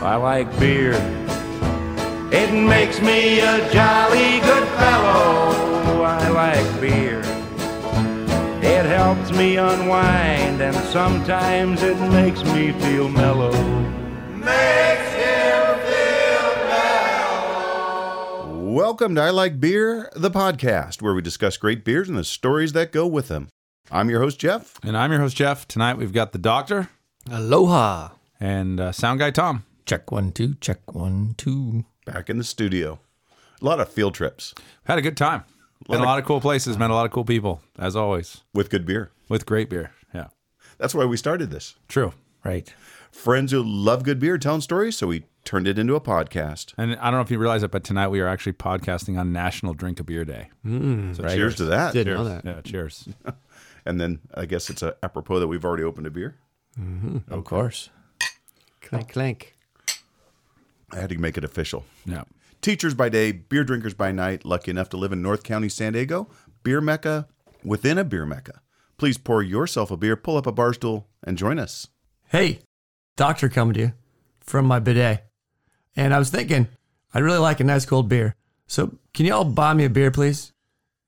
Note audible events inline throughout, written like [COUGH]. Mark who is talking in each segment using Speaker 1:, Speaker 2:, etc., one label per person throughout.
Speaker 1: I like beer.
Speaker 2: It makes me a jolly good fellow.
Speaker 1: I like beer.
Speaker 2: It helps me unwind and sometimes it makes me feel mellow.
Speaker 3: Makes him feel mellow.
Speaker 4: Welcome to I Like Beer, the podcast where we discuss great beers and the stories that go with them. I'm your host, Jeff.
Speaker 5: And I'm your host, Jeff. Tonight we've got the doctor.
Speaker 6: Aloha.
Speaker 5: And uh, sound guy, Tom.
Speaker 6: Check one, two, check one, two.
Speaker 4: Back in the studio. A lot of field trips.
Speaker 5: Had a good time. Been a lot, a lot of cool places, met a lot of cool people, as always.
Speaker 4: With good beer.
Speaker 5: With great beer. Yeah.
Speaker 4: That's why we started this.
Speaker 5: True.
Speaker 6: Right.
Speaker 4: Friends who love good beer telling stories, so we turned it into a podcast.
Speaker 5: And I don't know if you realize it, but tonight we are actually podcasting on National Drink a Beer Day.
Speaker 4: Mm, so right. cheers to that.
Speaker 6: Didn't
Speaker 5: cheers.
Speaker 6: know that.
Speaker 5: Yeah, cheers.
Speaker 4: and then I guess it's a, apropos that we've already opened a beer.
Speaker 6: Mm-hmm. Okay. Of course. Clank, clank.
Speaker 4: I had to make it official.
Speaker 5: Yeah.
Speaker 4: Teachers by day, beer drinkers by night, lucky enough to live in North County, San Diego, beer mecca within a beer mecca. Please pour yourself a beer, pull up a bar stool, and join us.
Speaker 6: Hey, doctor coming to you from my bidet. And I was thinking, I'd really like a nice cold beer. So can you all buy me a beer, please?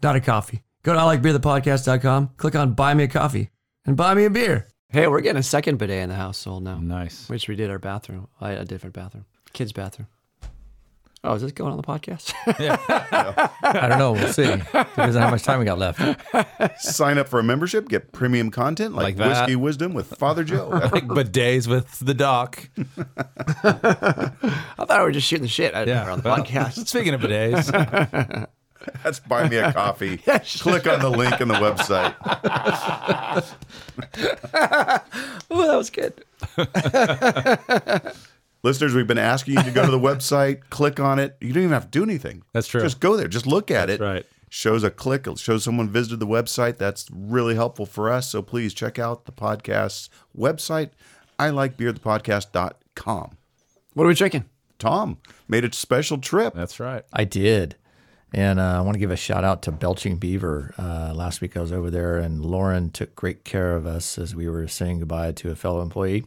Speaker 6: Not a coffee. Go to ilikebeerthepodcast.com, click on buy me a coffee, and buy me a beer.
Speaker 7: Hey, we're getting a second bidet in the household now.
Speaker 5: Nice.
Speaker 7: Which we did our bathroom, uh, a different bathroom, kids' bathroom. Oh, is this going on the podcast? [LAUGHS]
Speaker 6: yeah. I don't know. We'll see. Depends on how much time we got left.
Speaker 4: Sign up for a membership, get premium content like, like Whiskey Wisdom with Father Joe.
Speaker 5: [LAUGHS] [LAUGHS] like bidets with the doc.
Speaker 7: I thought we were just shooting the shit out yeah. on the well, podcast.
Speaker 5: [LAUGHS] Speaking of bidets.
Speaker 4: That's buy me a coffee. Click on the link in the website.
Speaker 7: oh, that was good.
Speaker 4: [LAUGHS] Listeners, we've been asking you to go to the website, click on it. You don't even have to do anything.
Speaker 5: That's true.
Speaker 4: Just go there. Just look at
Speaker 5: That's
Speaker 4: it.
Speaker 5: Right.
Speaker 4: Shows a click. shows someone visited the website. That's really helpful for us. So please check out the podcast's website. I like beerthepodcast.com.
Speaker 7: What are we drinking?
Speaker 4: Tom made a special trip.
Speaker 5: That's right.
Speaker 6: I did. And uh, I want to give a shout out to Belching Beaver. Uh, last week I was over there, and Lauren took great care of us as we were saying goodbye to a fellow employee.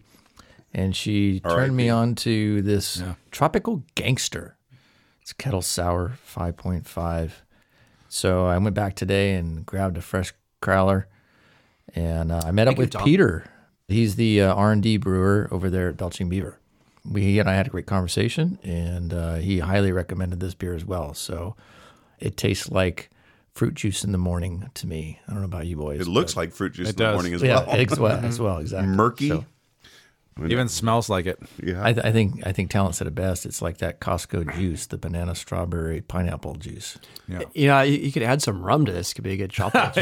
Speaker 6: And she R. turned R. me on to this yeah. tropical gangster. It's kettle sour 5.5. So I went back today and grabbed a fresh crowler, and uh, I met Thank up with you, Peter. He's the uh, R and D brewer over there at Belching Beaver. We and I had a great conversation, and uh, he highly recommended this beer as well. So it tastes like fruit juice in the morning to me. I don't know about you boys.
Speaker 4: It looks like fruit juice in does. the morning as yeah, well.
Speaker 6: as well. As well, exactly.
Speaker 4: [LAUGHS] Murky. So,
Speaker 5: even smells like it.
Speaker 4: Yeah.
Speaker 6: I, th- I, think I think talent said it best. It's like that Costco juice, the banana, strawberry, pineapple juice.
Speaker 7: Yeah. You know, you, you could add some rum to this. It could be a good chocolate.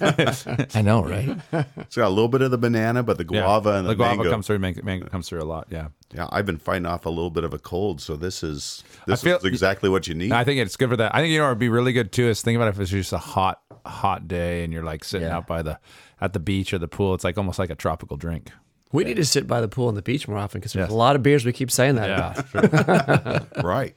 Speaker 6: I know,
Speaker 4: [LAUGHS]
Speaker 6: right?
Speaker 4: It's got a little bit of the banana, but the guava yeah. and the,
Speaker 5: the guava
Speaker 4: mango.
Speaker 5: comes through. Mango, mango comes through a lot. Yeah.
Speaker 4: Yeah, I've been fighting off a little bit of a cold, so this is this feel, is exactly what you need.
Speaker 5: I think it's good for that. I think you know it'd be really good too. Is think about if it's just a hot, hot day and you're like sitting yeah. out by the at the beach or the pool. It's like almost like a tropical [LAUGHS] drink.
Speaker 7: We need to sit by the pool and the beach more often because there's yes. a lot of beers we keep saying that
Speaker 4: yeah, [LAUGHS] right.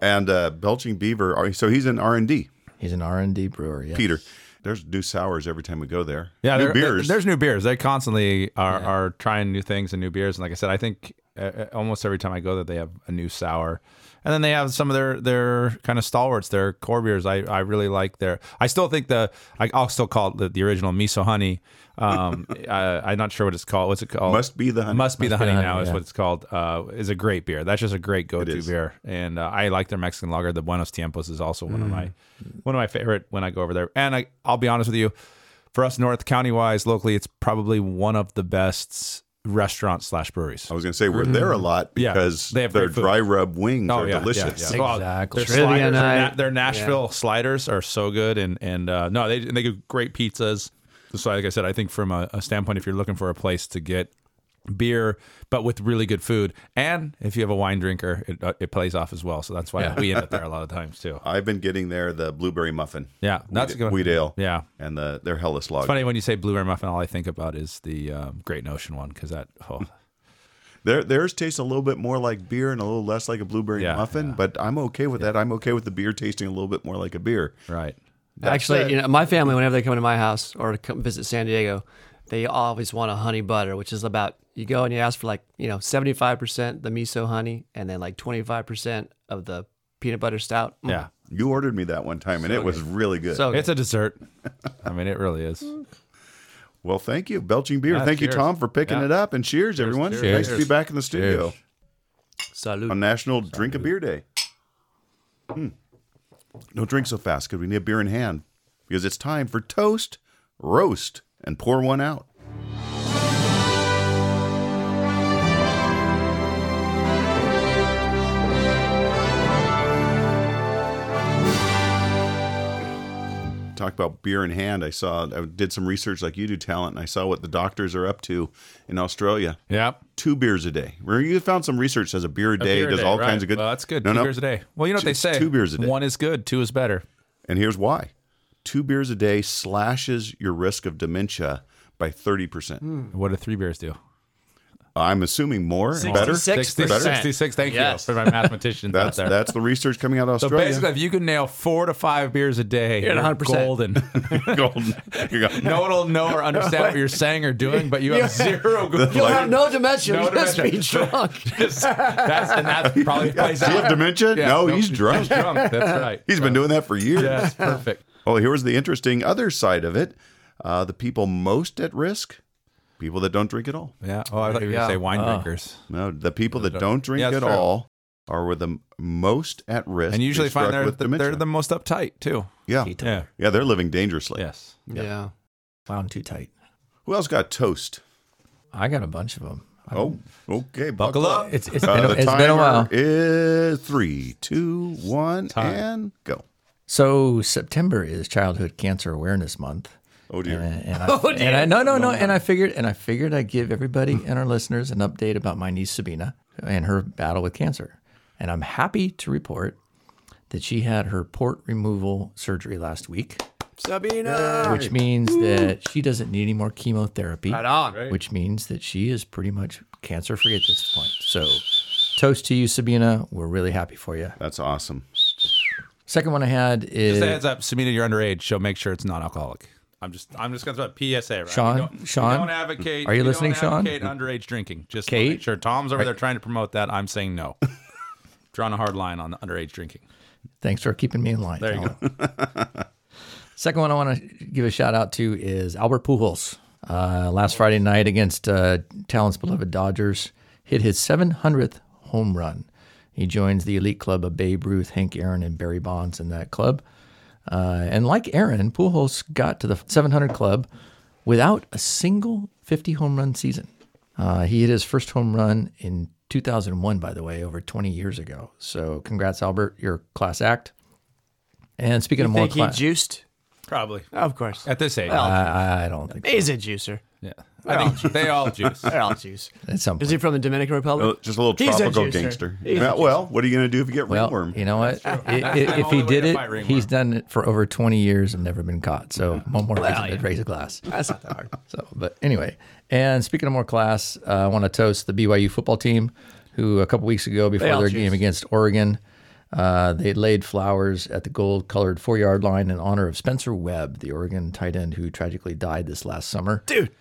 Speaker 4: And uh, Belching Beaver, so he's an R and D.
Speaker 6: He's an R and D brewer. Yes.
Speaker 4: Peter, there's new sours every time we go there.
Speaker 5: Yeah,
Speaker 4: new
Speaker 5: there, beers. There, there's new beers. They constantly are, yeah. are trying new things and new beers. And like I said, I think uh, almost every time I go there, they have a new sour. And then they have some of their their kind of stalwarts, their core beers. I, I really like their. I still think the I, will still call it the, the original miso honey. Um, [LAUGHS] I, am not sure what it's called. What's it called?
Speaker 4: Must be the honey.
Speaker 5: Must be, Must the, be honey the honey now yeah. is what it's called. Uh, is a great beer. That's just a great go to beer. And uh, I like their Mexican lager. The Buenos Tiempos is also one mm. of my one of my favorite when I go over there. And I, I'll be honest with you, for us North County wise, locally, it's probably one of the best restaurants slash breweries.
Speaker 4: I was going to say
Speaker 5: Mm-hmm.
Speaker 4: we're there a lot because yeah, they have their dry rub wings oh, are
Speaker 5: yeah,
Speaker 4: delicious.
Speaker 5: Yeah, yeah.
Speaker 7: Uh,
Speaker 5: Exactly. Well, their, sliders, na- their Nashville sliders are so good, and and uh, no, they they do great pizzas. So like I said, I think from a, a standpoint, if you're looking for a place to get beer, but with really good food. And if you have a wine drinker, it, uh, it plays off as well. So that's why yeah. we end up there a lot of times too.
Speaker 4: I've been getting there the blueberry muffin.
Speaker 5: Yeah, that's
Speaker 4: Wheat,
Speaker 5: good.
Speaker 4: Wheat ale.
Speaker 5: Yeah,
Speaker 4: and the their Hellas log.
Speaker 5: It's funny when you say blueberry muffin, all I think about is the um, Great Notion one because that. Oh.
Speaker 4: Their, theirs tastes a little bit more like beer and a little less like a blueberry yeah, muffin, yeah. but I'm okay with that. I'm okay with the beer tasting a little bit more like a beer.
Speaker 5: Right.
Speaker 7: That's Actually, that. you know, my family, whenever they come to my house or come visit San Diego, they always want a honey butter, which is about You go and you ask for like, you know, 75% the miso honey and then like 25% of the peanut butter stout. Mm,
Speaker 5: Yeah.
Speaker 4: You ordered me that one time, and it was really good.
Speaker 7: So
Speaker 5: It's a dessert. I mean, it really
Speaker 4: [LAUGHS]
Speaker 5: is.
Speaker 4: well, thank you, Belching Beer.
Speaker 5: Yeah,
Speaker 4: thank
Speaker 5: cheers.
Speaker 4: you, Tom, for picking
Speaker 5: Yeah.
Speaker 4: it up. And cheers, everyone.
Speaker 5: cheers,
Speaker 4: Nice to be
Speaker 5: cheers.
Speaker 4: back in the studio
Speaker 5: Cheers.
Speaker 7: salute.
Speaker 4: on National Drink a Beer Day. Hmm. Don't drink so fast because we need a beer in hand because it's time for toast, roast, and pour one out. talk about beer in hand. I saw I did some research like you do, talent, and I saw what the doctors are up to in Australia.
Speaker 5: Yep.
Speaker 4: Two beers a day. Remember, you found some research that says a beer a day
Speaker 5: beer a
Speaker 4: does
Speaker 5: day,
Speaker 4: all
Speaker 5: right.
Speaker 4: kinds of good.
Speaker 5: Well, that's good.
Speaker 4: No,
Speaker 5: two
Speaker 4: no.
Speaker 5: beers a day. Well, you know what they
Speaker 4: It's
Speaker 5: say.
Speaker 4: two beers a day.
Speaker 5: One is good. Two is better.
Speaker 4: And here's why: two beers a day slashes your risk of dementia by thirty percent.
Speaker 5: What do three beers do?
Speaker 4: I'm assuming more and better.
Speaker 7: 66%.
Speaker 4: Better?
Speaker 5: 66. Thank
Speaker 7: Yes.
Speaker 5: you for my mathematicians
Speaker 4: That's
Speaker 5: out there.
Speaker 4: that's the research coming out of
Speaker 5: So
Speaker 4: Australia. [LAUGHS]
Speaker 5: basically, if you can nail four to five beers a day, you're,
Speaker 7: 100%.
Speaker 5: golden.
Speaker 4: golden. You got-
Speaker 5: [LAUGHS] no one will know or understand what you're saying or doing, but you have zero.
Speaker 4: That's
Speaker 5: You'll
Speaker 4: like-
Speaker 5: have
Speaker 7: No dementia.
Speaker 5: No
Speaker 7: No just
Speaker 5: dementia.
Speaker 7: be drunk.
Speaker 5: [LAUGHS] Just- that's and that probably plays
Speaker 4: Do you have
Speaker 5: out.
Speaker 4: dementia?
Speaker 5: Yeah,
Speaker 4: no, he's
Speaker 5: [LAUGHS]
Speaker 4: drunk.
Speaker 5: drunk. That's right.
Speaker 4: He's been doing that for years.
Speaker 5: Yeah, that's perfect.
Speaker 4: Well, here was the interesting other side of it. Uh, the people most at risk, people that don't drink at all.
Speaker 5: Yeah. Oh, I thought you were
Speaker 7: Yeah.
Speaker 5: gonna say wine drinkers.
Speaker 4: No, the people that don't drink
Speaker 5: Yeah,
Speaker 4: at
Speaker 5: that's true.
Speaker 4: all are with the m- most at risk.
Speaker 5: And
Speaker 4: to
Speaker 5: you usually
Speaker 4: be
Speaker 5: find
Speaker 4: struck
Speaker 5: they're
Speaker 4: with
Speaker 5: the,
Speaker 4: dementia.
Speaker 5: they're the most uptight too.
Speaker 4: yeah,
Speaker 5: Yeah.
Speaker 4: yeah, they're living dangerously.
Speaker 5: Yes.
Speaker 7: Yeah.
Speaker 6: Wound too tight.
Speaker 4: Who else got toast?
Speaker 6: I got a bunch of them.
Speaker 4: Oh, okay, buckle,
Speaker 5: Buckle up.
Speaker 6: It's, it's,
Speaker 4: Uh,
Speaker 6: been, a-
Speaker 4: the
Speaker 6: it's
Speaker 4: timer
Speaker 6: been a while.
Speaker 4: is three, two, one, and go.
Speaker 6: So September is Childhood Cancer Awareness Month.
Speaker 4: Oh dear.
Speaker 6: And, and I, and I no no no and I figured and I figured I'd give everybody and our listeners an update about my niece Sabina and her battle with cancer. And I'm happy to report that she had her port removal surgery last week,
Speaker 7: Sabina.
Speaker 6: which means that she doesn't need any more chemotherapy.
Speaker 7: Right on.
Speaker 6: Which means that she is pretty much cancer free at this point. So toast to you, Sabina. We're really happy for you.
Speaker 4: That's awesome.
Speaker 6: Second one I had is
Speaker 5: Just a heads up, Samina, you're underage, so make sure it's non-alcoholic. I'm just, I'm just gonna throw a PSA. Right?
Speaker 6: Sean?
Speaker 5: we don't,
Speaker 6: Sean?
Speaker 5: we don't advocate.
Speaker 6: Are you
Speaker 5: we
Speaker 6: listening,
Speaker 5: don't
Speaker 6: Sean?
Speaker 5: advocate Underage drinking. Just
Speaker 6: Kate?
Speaker 5: make sure Tom's over there trying to promote that. I'm saying
Speaker 6: [LAUGHS]
Speaker 5: no. Drawing a hard line on the underage drinking.
Speaker 6: Thanks for keeping me in line. There you go. Second one I want to give a shout out to is Albert Pujols. Uh, last Friday night against uh, Talent's beloved Dodgers, hit his 700th home run. He joins the elite club of Babe Ruth, Hank Aaron, and Barry Bonds in that club. Uh, and like Aaron, Pujols got to the 700 club without a single 50 home run season. Uh, he hit his first home run in 2001, by the way, over 20 years ago. So congrats, Albert. You're a class act. And speaking of more
Speaker 7: Think he
Speaker 6: class,
Speaker 7: juiced?
Speaker 5: Probably
Speaker 7: Of course.
Speaker 5: at this age.
Speaker 6: I, I don't think
Speaker 7: He's a juicer.
Speaker 5: yeah. I think they all
Speaker 6: [LAUGHS]
Speaker 5: juice.
Speaker 7: They're all juice.
Speaker 6: at some
Speaker 7: Is
Speaker 6: point.
Speaker 7: he from the Dominican Republic?
Speaker 4: Uh, Just a little
Speaker 7: He's a
Speaker 4: tropical
Speaker 7: juicer.
Speaker 4: gangster.
Speaker 7: He's a
Speaker 4: Yeah, well, what are you going to do if you get
Speaker 6: Well,
Speaker 4: ringworm?
Speaker 6: you know what? I- I-
Speaker 5: the
Speaker 6: if he
Speaker 5: only way
Speaker 6: did
Speaker 5: to
Speaker 6: it,
Speaker 5: fight ringworm.
Speaker 6: he's done it for over 20 years and never been caught. So one more reason to raise a glass.
Speaker 7: That's not
Speaker 4: [LAUGHS]
Speaker 7: that hard.
Speaker 6: So, but anyway, and speaking of more class, uh, I want to toast the BYU football team, who a couple weeks ago before
Speaker 7: all
Speaker 6: their
Speaker 7: choose.
Speaker 6: game against Oregon, uh, they laid flowers at the gold-colored four-yard line in honor of Spencer Webb, the Oregon tight end who tragically died this last summer.
Speaker 7: Dude.
Speaker 6: [LAUGHS]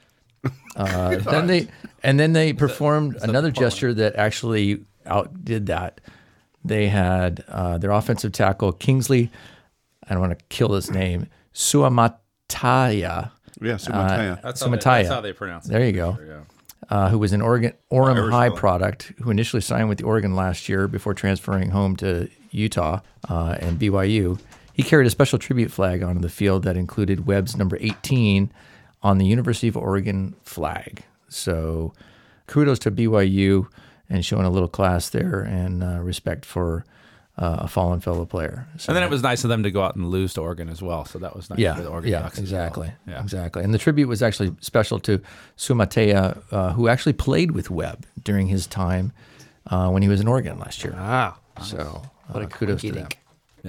Speaker 6: Uh, then they and then they performed another gesture that actually outdid that. They had uh, their offensive tackle Kingsley. I don't want to kill his name. Suamataya.
Speaker 4: yeah, Sumataya.
Speaker 5: That's
Speaker 6: Sumataya.
Speaker 5: pronounce
Speaker 6: There you go. Uh, who was an Oregon Orem High
Speaker 4: fella.
Speaker 6: product who initially signed with the Oregon last year before transferring home to Utah uh, and BYU. He carried a special tribute flag onto the field that included Webb's number 18 on the University of Oregon flag. So kudos to BYU and showing a little class there and uh, respect for uh, a fallen fellow player. So
Speaker 5: And then it was nice of them to go out and lose to Oregon as well. So that was nice
Speaker 6: yeah,
Speaker 5: for the Oregon
Speaker 6: yeah,
Speaker 5: Ducks as well.
Speaker 6: exactly,
Speaker 5: Yeah.
Speaker 6: exactly. And the tribute was actually special to Sumatea, uh, who actually played with Webb during his time uh, when he was in Oregon last year.
Speaker 7: Ah.
Speaker 6: So uh, kudos to them.
Speaker 7: dink.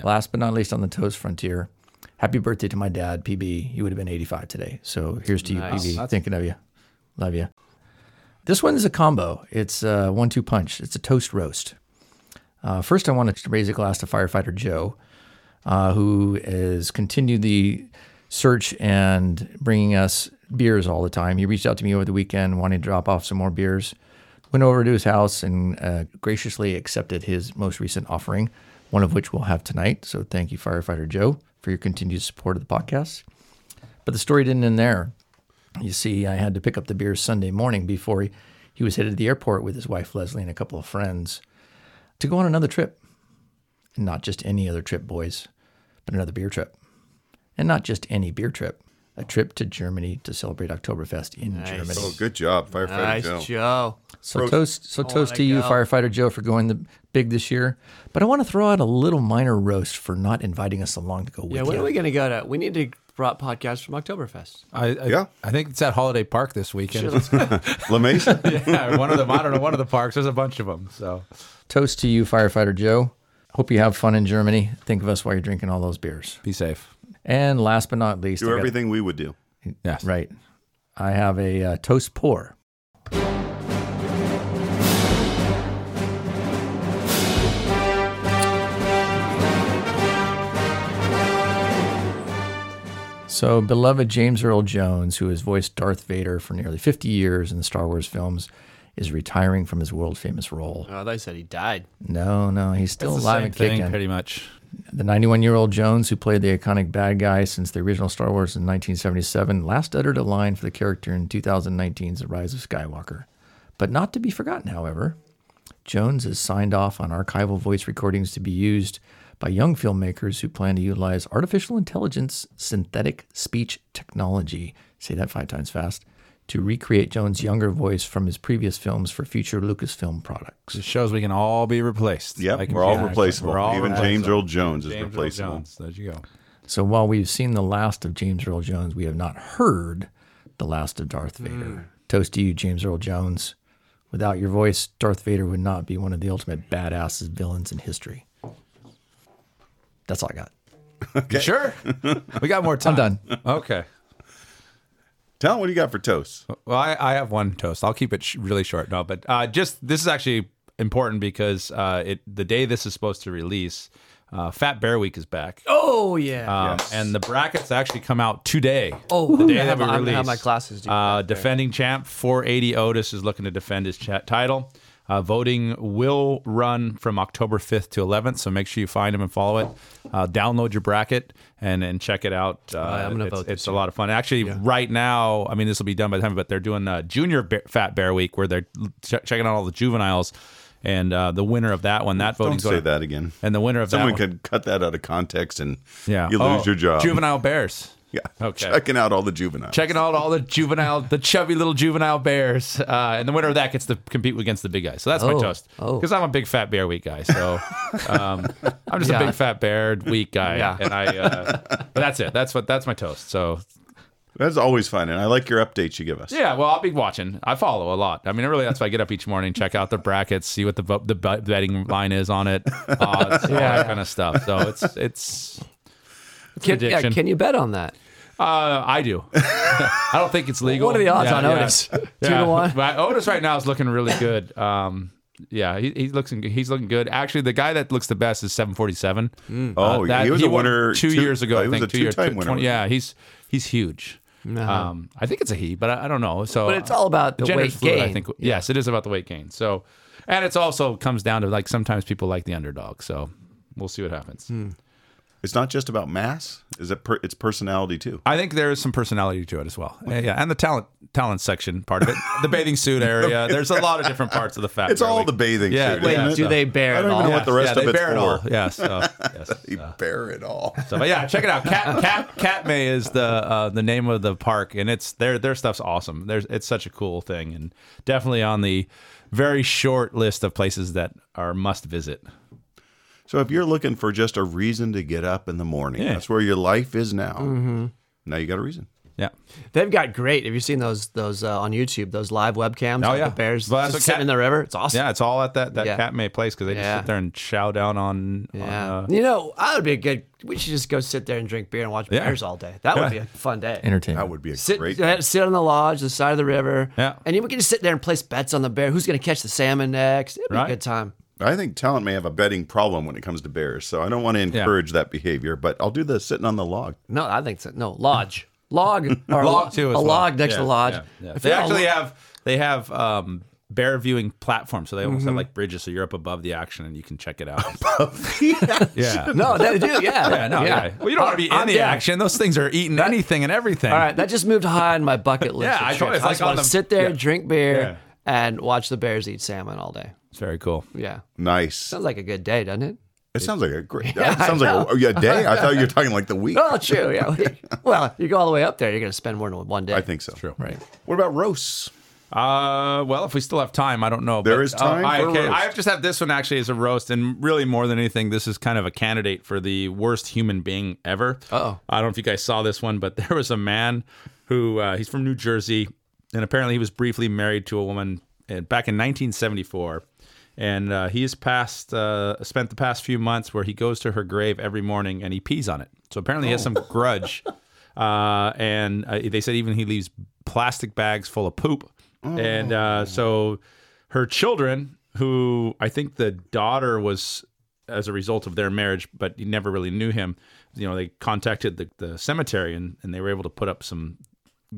Speaker 6: Last but not least, on the Toast Frontier, happy birthday to my dad, PB. He would have been 85 today. So here's to you, PB. Thinking of you. Love you. This one is a combo. It's a one two punch. It's a toast roast. Uh, first, I wanted to raise a glass to firefighter Joe, uh, who has continued the search and bringing us beers all the time. He reached out to me over the weekend wanting to drop off some more beers. Went over to his house and uh, graciously accepted his most recent offering, one of which we'll have tonight. So thank you, Firefighter Joe, for your continued support of the podcast. But the story didn't end there. You see, I had to pick up the beers Sunday morning before he, he was headed to the airport with his wife, Leslie, and a couple of friends to go on another trip. And not just any other trip, boys, but another beer trip. And not just any beer trip, a trip to Germany to celebrate Oktoberfest in Germany.
Speaker 4: Oh, good job, firefighter
Speaker 7: Ah, Nice,
Speaker 4: Joe.
Speaker 7: Joe.
Speaker 6: So toast, so toast
Speaker 7: wanna
Speaker 6: to you,
Speaker 7: go.
Speaker 6: firefighter Joe, for going the big this year. But I want to throw out a little minor roast for not inviting us along to go with
Speaker 7: Yeah, when
Speaker 6: you.
Speaker 7: are we going to go to? We need to brought podcast from Oktoberfest.
Speaker 5: I, I,
Speaker 4: Yeah.
Speaker 5: I think it's at Holiday Park this weekend.
Speaker 4: LaMason?
Speaker 5: [LAUGHS] yeah, one of them. I don't know. One of the parks. There's a bunch of them. So
Speaker 6: Toast to you, firefighter Joe. Hope you have fun in Germany. Think of us while you're drinking all those beers.
Speaker 5: be safe.
Speaker 6: And last but not least, I
Speaker 4: Do
Speaker 6: got-
Speaker 4: everything we would do.
Speaker 5: Yes.
Speaker 6: right. I have a uh, toast pour. So, beloved James Earl Jones, who has voiced Darth Vader for nearly 50 years in the Star Wars films, is retiring from his world famous role.
Speaker 7: Oh, they said he died.
Speaker 6: No, no, he's still alive and kicking.
Speaker 5: pretty much.
Speaker 6: The 91 year old Jones, who played the iconic bad guy since the original Star Wars in 1977, last uttered a line for the character in 2019's The Rise of Skywalker. But not to be forgotten, however, Jones has signed off on archival voice recordings to be used by young filmmakers who plan to utilize artificial intelligence synthetic speech technology. Say that five times fast. To recreate Jones' younger voice from his previous films for future Lucasfilm products.
Speaker 5: It shows we can all be replaced.
Speaker 4: Yep,
Speaker 5: Like,
Speaker 4: we're all
Speaker 5: yeah,
Speaker 4: replaceable.
Speaker 5: we're all
Speaker 4: Even James Earl Jones is
Speaker 5: James Earl
Speaker 4: replaceable.
Speaker 5: Jones. There you go.
Speaker 6: So while we've seen the last of James Earl Jones, we have not heard the last of Darth Vader. Toast to you, James Earl Jones. Without your voice, Darth Vader would not be one of the ultimate badasses villains in history. That's all I got.
Speaker 4: [LAUGHS]
Speaker 5: Sure. we got more
Speaker 6: I'm
Speaker 5: time.
Speaker 6: done.
Speaker 5: Okay.
Speaker 4: Tell him what do you got for toast.
Speaker 5: Well, I, I have one toast. I'll keep it sh- really short. No, but uh, just this is actually important because uh, it the day this is supposed to release, uh, Fat Bear Week is back.
Speaker 7: Oh yeah.
Speaker 5: Um,
Speaker 4: Yes.
Speaker 5: And the brackets actually come out today.
Speaker 7: oh,
Speaker 5: the day
Speaker 7: I
Speaker 5: that
Speaker 7: have,
Speaker 5: we
Speaker 7: I
Speaker 5: release.
Speaker 7: have my classes. due.
Speaker 5: Uh, defending champ 480 Otis is looking to defend his cha- title. Uh, voting will run from October 5th to 11th, so make sure you find him and follow it. Uh, download your bracket and and check it out.
Speaker 4: Oh,
Speaker 5: Uh,
Speaker 7: I'm gonna
Speaker 5: it's
Speaker 7: vote
Speaker 5: it's a lot of fun. Actually, right now, I mean, this will be done by the time, but they're doing uh, Junior Bear, Fat Bear Week where they're ch- checking out all the juveniles. And uh, the winner of that one, that voting
Speaker 4: Don't say that again.
Speaker 5: And the winner of
Speaker 4: Someone
Speaker 5: that one,
Speaker 4: could cut that out of context and
Speaker 5: yeah,
Speaker 4: you lose
Speaker 5: Oh,
Speaker 4: your job.
Speaker 5: Juvenile Bears.
Speaker 4: Yeah.
Speaker 5: Okay.
Speaker 4: Checking out all the juveniles.
Speaker 5: checking out all the juvenile, the chubby little juvenile bears, uh, and the winner of that gets to compete against the big guys. So that's my
Speaker 6: Oh,
Speaker 5: toast.
Speaker 6: oh.
Speaker 5: Because I'm a big fat bear week guy, so um, I'm just a
Speaker 7: Yeah.
Speaker 5: big fat bear week guy,
Speaker 7: Yeah.
Speaker 5: and I. Uh, but that's it. That's what that's my toast. So
Speaker 4: That's always fun, and I like your updates you give us.
Speaker 5: yeah, well, I'll be watching. I follow a lot. I mean, really, that's why I get up each morning, check out the brackets, see what the vo- the bet- betting line is on it, odds, all that kind of stuff. So it's it's. it's
Speaker 7: can, yeah,
Speaker 5: addiction.
Speaker 7: can you bet on that?
Speaker 5: Uh, I do. [LAUGHS] I don't think it's legal.
Speaker 7: What are the odds
Speaker 5: Yeah,
Speaker 7: on
Speaker 5: yeah.
Speaker 7: Otis? Two
Speaker 5: Yeah.
Speaker 7: to one.
Speaker 5: But Otis right now is looking really good. Um, yeah, he, he looks in, he's looking good. Actually, the guy that looks the best is 747.
Speaker 4: Oh,
Speaker 5: Uh, that-
Speaker 4: he was a
Speaker 5: won
Speaker 4: winner
Speaker 5: two, years ago.
Speaker 4: uh,
Speaker 5: I
Speaker 4: He
Speaker 5: think
Speaker 4: was a
Speaker 5: two years-
Speaker 4: two-time
Speaker 5: tw-
Speaker 4: winner.
Speaker 5: 20 yeah, he's he's huge. Um, I think it's a he, but I, I don't know. So,
Speaker 7: Uh-huh. But it's all about the
Speaker 5: gender
Speaker 7: weight
Speaker 5: fluid, I
Speaker 7: gain.
Speaker 5: think. Yes, it is about the weight gain. So, and it's also comes down to like sometimes people like the underdog. So, we'll see what happens.
Speaker 7: Hmm.
Speaker 4: It's not just about mass. Is it? Per, it's personality too.
Speaker 5: I think there is some personality to it as well. Yeah, yeah, and the talent talent section part of it, the bathing
Speaker 4: [LAUGHS]
Speaker 5: suit area. There's a lot of different parts of the fat.
Speaker 4: It's
Speaker 5: bear
Speaker 4: all
Speaker 5: week.
Speaker 4: the bathing
Speaker 5: Yeah,
Speaker 4: suit.
Speaker 5: wait,
Speaker 4: isn't it?
Speaker 7: Do they bear
Speaker 4: I
Speaker 7: it
Speaker 4: don't even know
Speaker 7: all?
Speaker 4: what the rest
Speaker 5: yeah,
Speaker 4: of
Speaker 5: they
Speaker 4: it's
Speaker 5: bear it
Speaker 4: for.
Speaker 5: all. Yeah, so,
Speaker 4: [LAUGHS]
Speaker 5: yes.
Speaker 4: They bear it all.
Speaker 5: so but yeah, check it out. Cat Cat Cat May is the uh, the name of the park, and it's their their stuff's awesome. There's it's such a cool thing, and definitely on the very short list of places that are must visit.
Speaker 4: So if you're looking for just a reason to get up in the morning,
Speaker 5: Yeah. Mm-hmm.
Speaker 4: that's where your life is now. Now you got a reason.
Speaker 5: Yeah,
Speaker 7: They've got great. Have you seen those those uh, on YouTube? Those live webcams.
Speaker 5: Oh,
Speaker 7: of
Speaker 5: yeah.
Speaker 7: The bears
Speaker 5: Well, that's
Speaker 7: just
Speaker 5: what
Speaker 7: sitting
Speaker 5: Cat-
Speaker 7: in the river. It's awesome.
Speaker 5: yeah, it's all at that that
Speaker 7: Yeah.
Speaker 5: Cat May place because they just
Speaker 7: Yeah.
Speaker 5: sit there and chow down on. on,
Speaker 7: Yeah.
Speaker 5: uh,
Speaker 7: you know, I would be a good. We should just go sit there and drink beer and watch
Speaker 5: Yeah.
Speaker 7: bears all day. That
Speaker 5: Yeah.
Speaker 7: would be a fun day.
Speaker 4: That
Speaker 6: [LAUGHS] Entertainment.
Speaker 4: would be a
Speaker 7: sit
Speaker 4: great.
Speaker 7: uh, sit on the lodge, the side of the river.
Speaker 5: Yeah.
Speaker 7: And you we can just sit there and place bets on the bear. Who's going to catch the salmon next? It'd be
Speaker 5: Right.
Speaker 7: a good time.
Speaker 4: I think talent may have a betting problem when it comes to bears, so I don't want to encourage that behavior. But I'll do the sitting on the log.
Speaker 7: No, I think so. No lodge.
Speaker 5: [LAUGHS]
Speaker 7: log or a
Speaker 5: Log
Speaker 7: log,
Speaker 5: too.
Speaker 7: a
Speaker 5: is
Speaker 7: log, next
Speaker 5: Yeah,
Speaker 7: to lodge.
Speaker 5: yeah, yeah.
Speaker 7: If
Speaker 5: They
Speaker 7: you're on a
Speaker 5: actually
Speaker 7: lo-
Speaker 5: have they have um, bear viewing platforms, so they almost
Speaker 7: Mm-hmm.
Speaker 5: have like bridges, so you're up above the action and you can check it
Speaker 7: [LAUGHS]
Speaker 5: out. yeah.
Speaker 7: no, that do yeah,
Speaker 5: Yeah, no, yeah. Well, you don't want to be in
Speaker 7: I'm
Speaker 5: the
Speaker 7: down.
Speaker 5: action. Those things are eating anything and everything.
Speaker 7: All right, that just moved high on my bucket list.
Speaker 5: Yeah,
Speaker 7: of
Speaker 5: I told you,
Speaker 7: trips.
Speaker 5: it's
Speaker 7: I
Speaker 5: like
Speaker 7: just
Speaker 5: on
Speaker 7: want to
Speaker 5: the-
Speaker 7: sit there,
Speaker 5: yeah.
Speaker 7: drink beer, and watch the Bears eat salmon all day.
Speaker 5: It's very cool.
Speaker 7: Yeah,
Speaker 4: Nice.
Speaker 7: sounds like a good day, doesn't it?
Speaker 4: It sounds like a great. That sounds like a, oh, yeah, day. I thought you were talking like the week.
Speaker 7: Oh, true. Yeah. [LAUGHS] well, you go all the way up there, you're gonna spend more than one day.
Speaker 4: I think so.
Speaker 5: True.
Speaker 7: Right.
Speaker 4: What about roasts?
Speaker 5: Uh, well, if we still have time, I don't know.
Speaker 4: There
Speaker 5: but,
Speaker 4: is time
Speaker 5: Uh, I,
Speaker 4: for
Speaker 5: okay,
Speaker 4: roast.
Speaker 5: I just have this one actually as a roast, and really more than anything, this is kind of a candidate for the worst human being ever.
Speaker 7: Uh-oh.
Speaker 5: I don't know if you guys saw this one, but [LAUGHS] there was a man who uh, he's from New Jersey, and apparently he was briefly married to a woman uh, back in 1974. And uh, he has passed, uh, spent the past few months where he goes to her grave every morning and he pees on it. So apparently he has some grudge. Uh, and uh, they said even he leaves plastic bags full of poop. And uh, so her children, who I think the daughter was as a result of their marriage, but he never really knew him. You know, they contacted the, the cemetery and, and they were able to put up some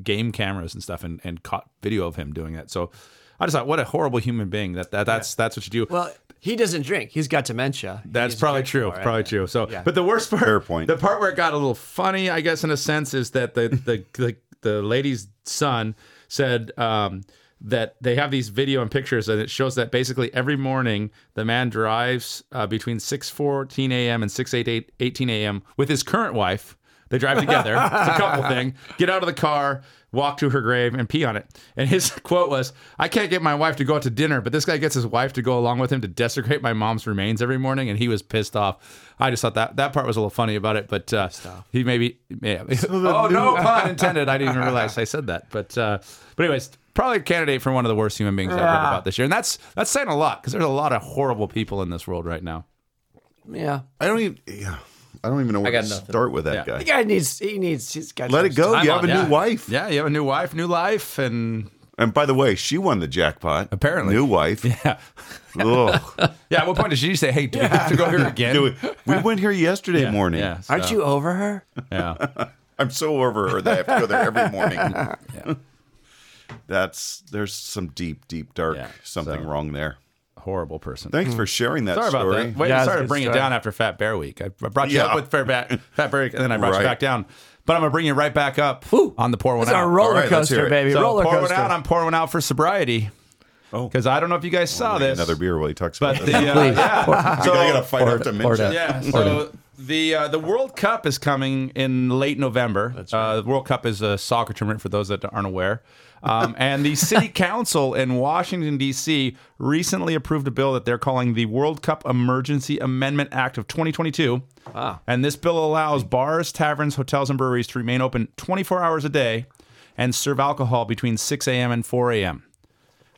Speaker 5: game cameras and stuff and, and caught video of him doing that. So I just thought, what a horrible human being that, that that's, that's what you do.
Speaker 7: Well, he doesn't drink. He's got dementia.
Speaker 5: That's
Speaker 7: He's
Speaker 5: probably
Speaker 7: drinking
Speaker 5: true.
Speaker 7: more,
Speaker 5: Probably
Speaker 7: right?
Speaker 5: true. So, but the worst [LAUGHS] part,
Speaker 4: Fair point.
Speaker 5: the part where it got a little funny, I guess, in a sense, is that the the the, the lady's son said um, that they have these video and pictures, and it shows that basically every morning the man drives uh, between six fourteen a.m. and six eight eight eighteen a.m. with his current wife. They drive together. it's a couple thing. Get out of the car, walk to her grave, and pee on it. And his [LAUGHS] quote was, "I can't get my wife to go out to dinner, but this guy gets his wife to go along with him to desecrate my mom's remains every morning." And he was pissed off. I just thought that that part was a little funny about it, but uh, he maybe,
Speaker 4: [LAUGHS]
Speaker 5: yeah. oh no, pun intended. I didn't even realize I said that. But uh, but anyways, probably a candidate for one of the worst human beings I've heard about this year, and that's that's saying a lot because there's a lot of horrible people in this world right now.
Speaker 7: Yeah.
Speaker 4: I don't even. Yeah, I don't even know where
Speaker 6: got
Speaker 4: to
Speaker 6: nothing.
Speaker 4: start with that
Speaker 7: The
Speaker 4: guy.
Speaker 7: guy needs. He needs. He's got.
Speaker 4: Let
Speaker 7: some
Speaker 4: it go.
Speaker 5: I'm
Speaker 4: You
Speaker 5: on
Speaker 4: have a
Speaker 5: that.
Speaker 4: new wife.
Speaker 5: Yeah, you have a new wife, new life, and [LAUGHS]
Speaker 4: And by the way, she won the jackpot.
Speaker 5: Apparently.
Speaker 4: new wife.
Speaker 5: yeah.
Speaker 4: Ugh.
Speaker 5: Yeah, at what point did she say, "Hey, do we have to go here again?"
Speaker 4: Do we, we went here yesterday morning.
Speaker 5: Yeah, so,
Speaker 7: Aren't you over her? [LAUGHS]
Speaker 5: Yeah,
Speaker 4: I'm so over her that I have to go there every morning. That's there's some deep, deep, dark
Speaker 5: Yeah,
Speaker 4: something
Speaker 5: so-
Speaker 4: wrong there.
Speaker 5: horrible person.
Speaker 4: Thanks for sharing that
Speaker 5: sorry
Speaker 4: story.
Speaker 5: about that. Wait,
Speaker 7: Yeah,
Speaker 5: sorry
Speaker 7: it's
Speaker 5: to
Speaker 7: a
Speaker 5: bring it
Speaker 7: story.
Speaker 5: down after Fat Bear Week. I I brought you
Speaker 4: Yeah.
Speaker 5: up with Fair Back, Fat Bear Week, and then I brought
Speaker 4: Right.
Speaker 5: you back down. But I'm gonna bring you right back up on the pour one
Speaker 7: It's
Speaker 5: out.
Speaker 7: a roller
Speaker 4: right, let's hear
Speaker 7: coaster,
Speaker 4: it.
Speaker 7: baby.
Speaker 5: so
Speaker 7: roller
Speaker 5: pour
Speaker 7: coaster.
Speaker 5: one out. I'm pouring one out for sobriety.
Speaker 4: Oh.
Speaker 5: because I don't know if you guys saw this.
Speaker 4: Another beer while he talks
Speaker 5: But
Speaker 4: about
Speaker 5: the
Speaker 4: that.
Speaker 5: uh, yeah, so
Speaker 4: I gotta fight
Speaker 6: Pour
Speaker 4: her
Speaker 6: it-
Speaker 4: to
Speaker 6: pour it
Speaker 4: mention.
Speaker 6: out.
Speaker 5: Yeah. So the uh, the World Cup is coming in late November. uh, the World Cup is a soccer tournament for those that aren't aware. Um, [LAUGHS] and the city council in Washington D.C. recently approved a bill that they're calling the World Cup Emergency Amendment Act of 2022. And this bill allows bars, taverns, hotels, and breweries to remain open 24 hours a day and serve alcohol between 6 a.m. and 4 a.m.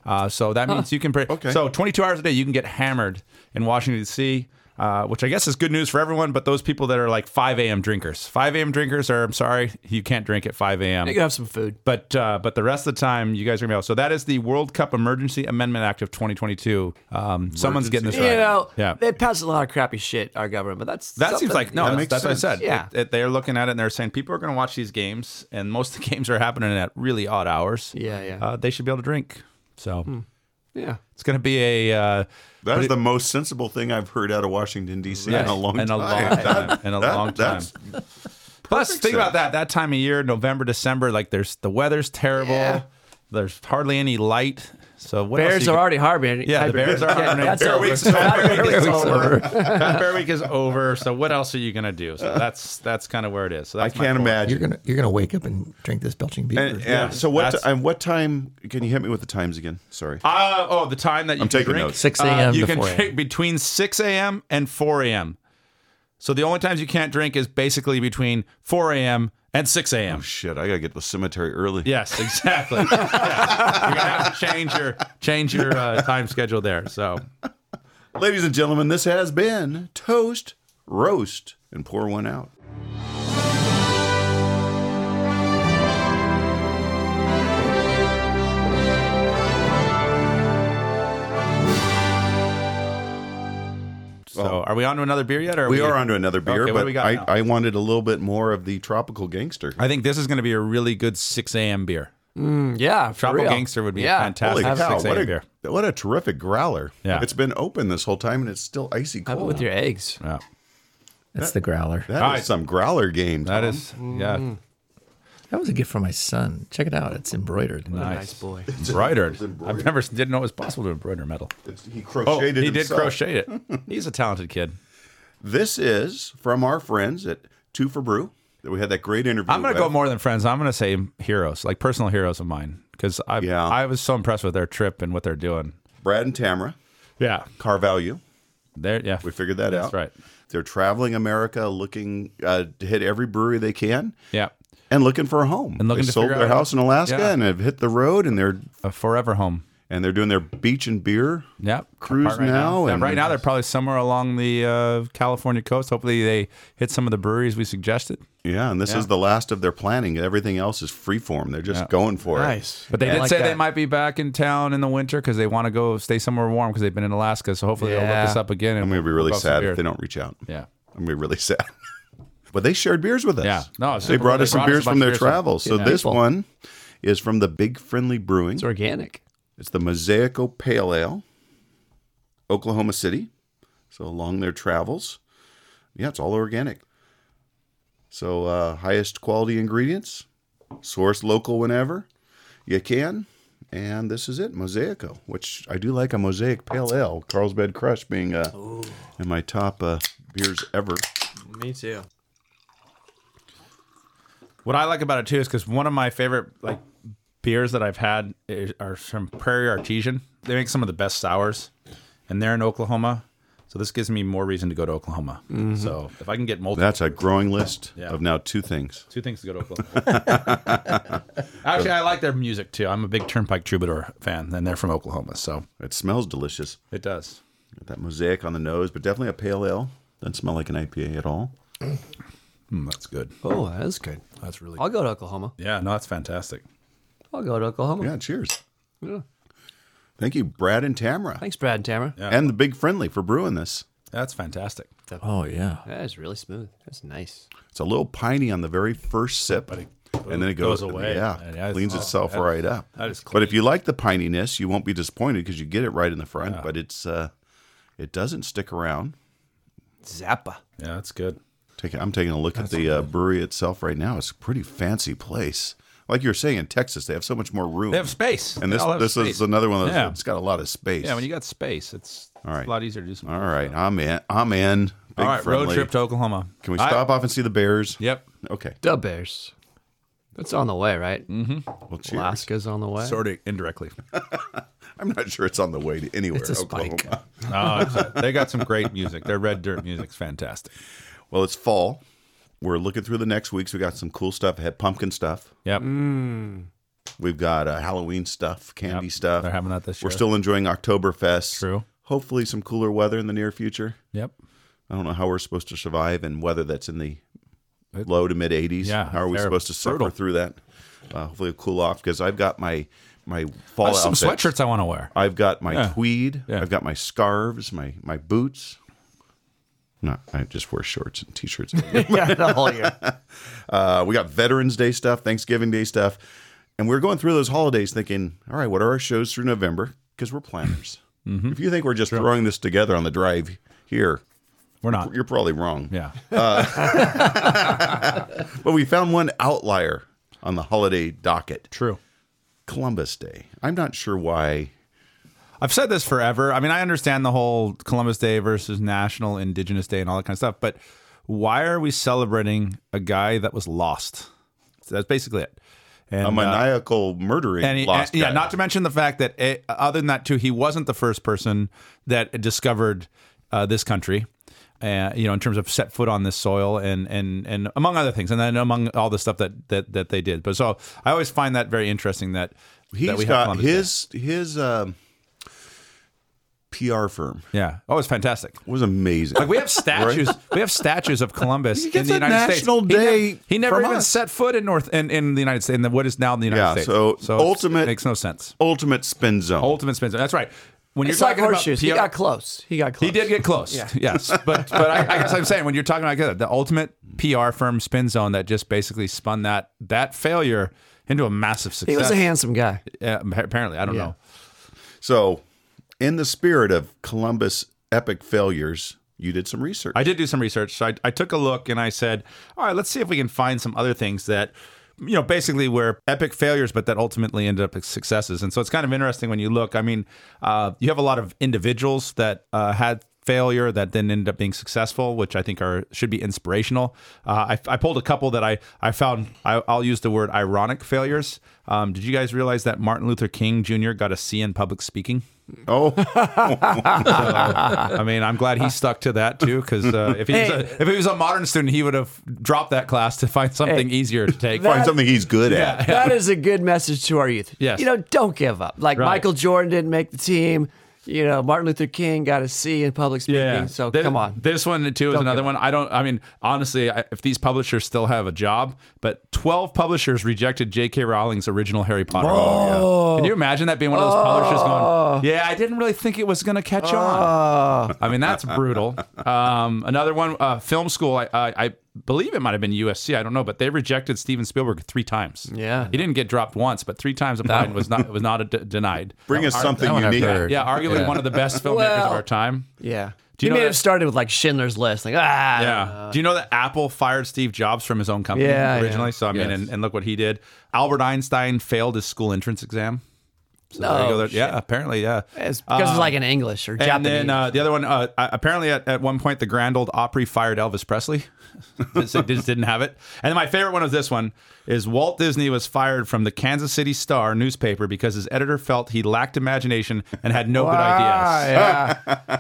Speaker 5: Uh, so that means you can. Pre-
Speaker 4: Okay.
Speaker 5: So 22 hours a day, you can get hammered in Washington D.C., uh, which I guess is good news for everyone. But those people that are like 5 a.m. drinkers, 5 a.m. drinkers are. I'm sorry, you can't drink at 5
Speaker 7: You can
Speaker 5: a.m.
Speaker 7: have some food.
Speaker 5: But uh, but the rest of the time, you guys are gonna be able. So that is the World Cup Emergency Amendment Act of 2022. Um, someone's getting this right.
Speaker 7: You know,
Speaker 5: yeah.
Speaker 7: they pass a lot of crappy shit our government, but that's
Speaker 5: That
Speaker 7: something-
Speaker 5: seems like no.
Speaker 4: That
Speaker 5: that's-
Speaker 4: makes
Speaker 5: that's, what I
Speaker 4: sense.
Speaker 5: said.
Speaker 7: Yeah.
Speaker 5: It- it- they're looking at it and they're saying people are going to watch these games, and most of the [LAUGHS] games are happening at really odd hours.
Speaker 7: Yeah, yeah. Hmm.
Speaker 5: Uh, they should be able to drink. So
Speaker 7: yeah.
Speaker 5: it's going to be a uh,
Speaker 4: That is the most sensible thing I've heard out of Washington D.C. in a long
Speaker 5: in a
Speaker 4: time.
Speaker 5: long time. In
Speaker 4: [LAUGHS]
Speaker 5: a
Speaker 4: That-
Speaker 5: long time.
Speaker 4: that's-
Speaker 5: Plus, think about that. That time of year, November, December, like there's the weather's terrible. There's hardly any light. So what else
Speaker 7: Bears
Speaker 5: you
Speaker 7: are
Speaker 5: can-
Speaker 7: already harboring.
Speaker 5: Yeah, the
Speaker 7: [LAUGHS]
Speaker 5: Bears are harboring.
Speaker 7: That's
Speaker 5: Bear
Speaker 7: over.
Speaker 5: week's
Speaker 7: That
Speaker 5: over.
Speaker 7: week is over.
Speaker 5: Fat [LAUGHS] Bear Week is over. So what else are you gonna do? So that's that's kind of where it is. So
Speaker 4: I
Speaker 5: that's my
Speaker 4: can't
Speaker 5: point.
Speaker 6: You're
Speaker 4: imagine.
Speaker 6: gonna you're gonna wake up and drink this belching beaver.
Speaker 4: And, and so what?
Speaker 5: that's-
Speaker 4: And what time? Can you hit me with the times again? Sorry.
Speaker 5: Uh, oh, the time that you
Speaker 4: I'm
Speaker 5: can
Speaker 4: taking
Speaker 5: drink.
Speaker 4: notes.
Speaker 6: 6 a.m.
Speaker 5: uh, you
Speaker 6: to
Speaker 5: can
Speaker 6: 4 a.m..
Speaker 5: drink between 6 a.m. and 4 a.m. So the only times you can't drink is basically between 4 a.m. and 6 a.m.
Speaker 4: Oh, Shit, I gotta get to the cemetery early.
Speaker 5: Yes, exactly. [LAUGHS] Yeah. You're gonna have to change your change your uh, time schedule there. So
Speaker 4: Ladies and gentlemen, this has been Toast, Roast, and Pour One Out.
Speaker 5: So are we on to another beer yet? Or
Speaker 4: We are onto another beer,
Speaker 5: Okay, what do
Speaker 4: but
Speaker 5: we got now?
Speaker 4: I, I wanted a little bit more of the tropical gangster.
Speaker 5: I think this is going to be a really good 6 a.m. beer.
Speaker 7: [LAUGHS] Yeah, for
Speaker 5: Tropical
Speaker 7: real.
Speaker 5: Gangster would be
Speaker 7: yeah.
Speaker 5: fantastic.
Speaker 4: Holy cow,
Speaker 5: 6 a.m.
Speaker 4: what a,
Speaker 5: beer.
Speaker 4: what a terrific growler.
Speaker 5: Yeah.
Speaker 4: It's been open this whole time and it's still icy
Speaker 7: Have it
Speaker 4: cold.
Speaker 7: with your eggs.
Speaker 5: Yeah.
Speaker 6: That's the growler.
Speaker 4: That is
Speaker 5: All right.
Speaker 4: some growler game.
Speaker 5: That is, yeah,
Speaker 6: That was a gift from my son. Check it out. It's embroidered.
Speaker 7: Nice.
Speaker 5: nice.
Speaker 7: nice boy.
Speaker 5: Embroidered. I've never didn't know it was possible to embroider metal.
Speaker 4: It's- he
Speaker 5: Oh,
Speaker 4: crocheted
Speaker 5: he did
Speaker 4: himself.
Speaker 5: crochet it. He's a talented kid.
Speaker 4: This is from our friends at Two for Brew that we had that great interview.
Speaker 5: I'm going to
Speaker 4: with.
Speaker 5: go more than friends. I'm going to say heroes, like personal heroes of mine, because I
Speaker 4: Yeah.
Speaker 5: I was so impressed with their trip and what they're doing.
Speaker 4: Brad and Tamara,
Speaker 5: Yeah,
Speaker 4: Carvalho.
Speaker 5: there. Yeah,
Speaker 4: We figured that out.
Speaker 5: That's right.
Speaker 4: They're traveling America, looking uh, to hit every brewery they can,
Speaker 5: Yeah,
Speaker 4: and looking for a home.
Speaker 5: And looking
Speaker 4: they
Speaker 5: to
Speaker 4: sold
Speaker 5: figure
Speaker 4: their
Speaker 5: out-
Speaker 4: house in Alaska
Speaker 5: Yeah.
Speaker 4: and have hit the road, and they're
Speaker 5: a forever home.
Speaker 4: and they're doing their beach and beer.
Speaker 5: Yeah,
Speaker 4: Cruise
Speaker 5: Apart
Speaker 4: now
Speaker 5: Yeah,
Speaker 4: and-
Speaker 5: right now they're probably somewhere along the uh, California coast. Hopefully they hit some of the breweries we suggested.
Speaker 4: Yeah, and this is the last of their planning. Everything else is freeform. They're just going for
Speaker 7: Nice.
Speaker 5: But they
Speaker 7: Yeah, I
Speaker 5: did
Speaker 7: like
Speaker 5: say they
Speaker 7: that.
Speaker 5: might be back in town in the winter because they want to go stay somewhere warm because they've been in Alaska. So hopefully they'll
Speaker 7: Yeah.
Speaker 5: look us up again. And
Speaker 4: it. I'm going to be
Speaker 5: we'll
Speaker 4: really
Speaker 5: bust some
Speaker 4: sad
Speaker 5: beer.
Speaker 4: if they don't reach out.
Speaker 5: Yeah.
Speaker 4: I'm going to be really [LAUGHS] sad. but they shared beers with us.
Speaker 5: Yeah. No, it's
Speaker 4: they
Speaker 5: super-
Speaker 4: brought us some
Speaker 5: a
Speaker 4: beers
Speaker 5: bunch
Speaker 4: from
Speaker 5: of
Speaker 4: their travels. So
Speaker 5: Yeah.
Speaker 4: this one is from the Big Friendly Brewing.
Speaker 7: It's organic.
Speaker 4: It's the Mosaico Pale Ale, Oklahoma City. So along their travels, yeah, it's all organic. So uh, highest quality ingredients, source local whenever you can, and this is it, Mosaico, which I do like a Mosaic Pale Ale, Carlsbad Crush being uh, in my top uh, beers ever.
Speaker 7: Me too.
Speaker 5: What I like about it too is because one of my favorite like beers that I've had is, are from Prairie Artesian. They make some of the best sours, and they're in Oklahoma. So this gives me more reason to go to Oklahoma.
Speaker 4: Mm-hmm.
Speaker 5: So if I can get multiple,
Speaker 4: That's a growing list
Speaker 5: Yeah.
Speaker 4: of now two things.
Speaker 5: two things to go to Oklahoma.
Speaker 4: [LAUGHS]
Speaker 5: Actually, I like their music too. I'm a big Turnpike Troubadour fan, and they're from Oklahoma, so
Speaker 4: It smells delicious.
Speaker 5: it does.
Speaker 4: Got that mosaic on the nose, but definitely a pale ale. Doesn't smell like an IPA at all.
Speaker 5: Mm, that's good.
Speaker 7: Oh, that is good.
Speaker 5: That's really.
Speaker 7: I'll go to Oklahoma.
Speaker 5: Yeah, no, that's fantastic.
Speaker 7: I'll go to Oklahoma.
Speaker 4: Yeah, cheers.
Speaker 7: Yeah.
Speaker 4: Thank you, Brad and Tamara,
Speaker 7: Thanks, Brad and Tamara.
Speaker 4: and the Big Friendly for brewing this.
Speaker 5: That's fantastic.
Speaker 6: Oh yeah.
Speaker 7: That is really smooth. That's nice.
Speaker 4: It's a little piney on the very first sip, and then it goes,
Speaker 5: goes away.
Speaker 4: Yeah,
Speaker 5: Yeah, it's-
Speaker 4: cleans
Speaker 5: oh,
Speaker 4: itself
Speaker 5: that-
Speaker 4: right up.
Speaker 5: that is
Speaker 4: But if you like the pininess, you won't be disappointed because you get it right in the front. But it's uh, it doesn't stick around.
Speaker 7: Zappa.
Speaker 5: Yeah, that's good.
Speaker 4: Take, I'm taking a look at the uh, brewery itself right now. It's a pretty fancy place. Like you were saying in Texas, they have so much more room.
Speaker 5: They have space.
Speaker 4: and
Speaker 5: They
Speaker 4: this
Speaker 5: all have
Speaker 4: this
Speaker 5: space.
Speaker 4: is another one that's
Speaker 5: Yeah.
Speaker 4: it's got a lot of space.
Speaker 5: Yeah, when you got space, it's, it's
Speaker 4: right.
Speaker 5: a lot easier to do some.
Speaker 4: all right, I'm in. I'm in. Big
Speaker 5: All right, road
Speaker 4: friendly.
Speaker 5: trip to Oklahoma.
Speaker 4: Can we
Speaker 5: I-
Speaker 4: stop off and see the bears?
Speaker 5: yep.
Speaker 4: Okay.
Speaker 7: The Bears. That's on the way, right?
Speaker 5: Mm.
Speaker 4: Well, cheers.
Speaker 7: Alaska's on the way.
Speaker 5: Sort of [LAUGHS] indirectly.
Speaker 4: I'm not sure it's on the way to anywhere.
Speaker 6: It's a spike.
Speaker 4: Oklahoma.
Speaker 5: No, Oh, it's a- they got some great music. Their red dirt music's fantastic.
Speaker 4: Well, it's fall. We're looking through the next weeks. We got some cool stuff. Had pumpkin stuff.
Speaker 5: Yep.
Speaker 4: Mm. We've got uh, Halloween stuff, candy
Speaker 5: Yep.
Speaker 4: stuff.
Speaker 5: They're having that this year.
Speaker 4: We're still enjoying Oktoberfest.
Speaker 5: True.
Speaker 4: Hopefully, some cooler weather in the near future.
Speaker 5: Yep.
Speaker 4: I don't know how we're supposed to survive in weather that's in the low to mid 80s.
Speaker 5: Yeah,
Speaker 4: How are we
Speaker 5: terrible.
Speaker 4: supposed to suffer
Speaker 5: Brutal.
Speaker 4: through that? Uh, hopefully, it'll cool off because I've got my my fall
Speaker 5: There's some
Speaker 4: outfits.
Speaker 5: sweatshirts I want to wear.
Speaker 4: I've got my
Speaker 5: Yeah.
Speaker 4: tweed.
Speaker 5: Yeah.
Speaker 4: I've got my scarves, my my boots. No, I just wear shorts and
Speaker 5: [LAUGHS]
Speaker 4: t-shirts.
Speaker 7: yeah, the whole year.
Speaker 4: uh, we got Veterans Day stuff, Thanksgiving Day stuff, and we are going through those holidays thinking, all right, what are our shows through November? Because we're planners.
Speaker 5: Mm-hmm.
Speaker 4: If you think we're just throwing this together on the drive here,
Speaker 5: We're not.
Speaker 4: you're probably wrong.
Speaker 5: Yeah.
Speaker 4: But we found one outlier on the holiday docket,
Speaker 5: True.
Speaker 4: Columbus Day. I'm not sure why.
Speaker 5: I've said this forever. I mean, I understand the whole Columbus Day versus National Indigenous Day and all that kind of stuff, but why are we celebrating a guy that was lost? So that's basically it. And,
Speaker 4: A
Speaker 5: uh,
Speaker 4: maniacal murdering
Speaker 5: and he-
Speaker 4: Oh, lost
Speaker 5: and- yeah,
Speaker 4: guy.
Speaker 5: not to mention the fact that eh, other than that too, he wasn't the first person that discovered uh, this country. Uh, you know, in terms of set foot on this soil, and and and among other things, and then among all the stuff that that that they did. But so I always find that very interesting that
Speaker 4: He's
Speaker 5: that we have
Speaker 4: got
Speaker 5: Columbus Day.
Speaker 4: his his um, PR firm
Speaker 5: yeah. Oh, it's fantastic.
Speaker 4: was amazing.
Speaker 5: Like we have statues, we have statues of Columbus in
Speaker 4: gets
Speaker 5: the
Speaker 4: a
Speaker 5: United
Speaker 4: national
Speaker 5: States. He nev-
Speaker 4: day
Speaker 5: he never
Speaker 4: from
Speaker 5: even
Speaker 4: us.
Speaker 5: set foot in North in, in the United States in the, what is now the United
Speaker 4: Yeah,
Speaker 5: States.
Speaker 4: so
Speaker 5: it's-
Speaker 4: ultimate-
Speaker 5: makes no sense.
Speaker 4: Ultimate spin zone.
Speaker 5: Ultimate spin zone. That's right. when you're
Speaker 7: It's like
Speaker 5: talking about
Speaker 7: horseshoes. he
Speaker 5: PO
Speaker 7: got close. He got close.
Speaker 5: He did get close.
Speaker 7: Yeah.
Speaker 5: Yes, but but I, I guess I'm saying when you're talking about the ultimate PR firm spin zone that just basically spun that that failure into a massive success.
Speaker 7: He was a handsome guy.
Speaker 5: Yeah, apparently, I don't
Speaker 7: Yeah.
Speaker 5: know.
Speaker 4: So, in the spirit of Columbus epic failures, you did some research.
Speaker 5: I did do some research. So I, I took a look and I said, all right, let's see if we can find some other things that, you know, basically were epic failures, but that ultimately ended up as successes. And so it's kind of interesting when you look. I mean, uh, you have a lot of individuals that uh, had failure that then ended up being successful, which I think are should be inspirational. Uh, I, I pulled a couple that I I found. I, I'll use the word ironic failures. Um, did you guys realize that Martin Luther King Jr. got a C in public speaking?
Speaker 4: oh,
Speaker 5: I mean, I'm glad he stuck to that too, because uh, if he was a, if he was a modern student, he would have dropped that class to find something easier to take.
Speaker 4: find something he's good at.
Speaker 7: That is a good message to our youth.
Speaker 5: Yes.
Speaker 7: You know, don't give up. Like
Speaker 5: Right.
Speaker 7: Michael Jordan didn't make the team. You know, Martin Luther King got a C in public speaking.
Speaker 5: yeah.
Speaker 7: So
Speaker 5: Th-
Speaker 7: come on.
Speaker 5: This one too is another
Speaker 7: give
Speaker 5: one. I don't. I mean, honestly, I, if these publishers still have a job, but 12 publishers rejected J.K. Rowling's original Harry Potter. book. Yeah. Can you imagine that being one of those publishers going, "Yeah, I didn't really think it was going to catch
Speaker 7: Ah.
Speaker 5: on." I mean, that's brutal. Um, another one, uh, film school. I, I, I believe it might have been USC. I don't know, but they rejected Steven Spielberg three times.
Speaker 7: Yeah.
Speaker 5: he didn't get dropped once, but three times applied was not was not a d- denied.
Speaker 4: Bring us something
Speaker 6: one I've
Speaker 4: unique.
Speaker 6: heard.
Speaker 5: Yeah, arguably one of the best filmmakers
Speaker 7: Well-
Speaker 5: of our time.
Speaker 7: Yeah.
Speaker 5: Do you
Speaker 7: he
Speaker 5: know
Speaker 7: may
Speaker 5: that-
Speaker 7: have started with like Schindler's List. Like, ah.
Speaker 5: Yeah. Do you know that Apple fired Steve Jobs from his own company
Speaker 7: Yeah, yeah.
Speaker 5: originally? So I mean,
Speaker 6: Yes.
Speaker 5: and, and look what he did. Albert Einstein failed his school entrance exam. So there you
Speaker 7: No
Speaker 5: go. There- yeah, apparently, yeah. Uh,
Speaker 7: It's because it's like in English or Japanese.
Speaker 5: And then uh, the other one, uh, uh, apparently at, at one point, the grand old Opry fired Elvis Presley. [LAUGHS] just, they just didn't have it. And then my favorite one is this one: is Walt Disney was fired from the Kansas City Star newspaper because his editor felt he lacked imagination and had no good ideas.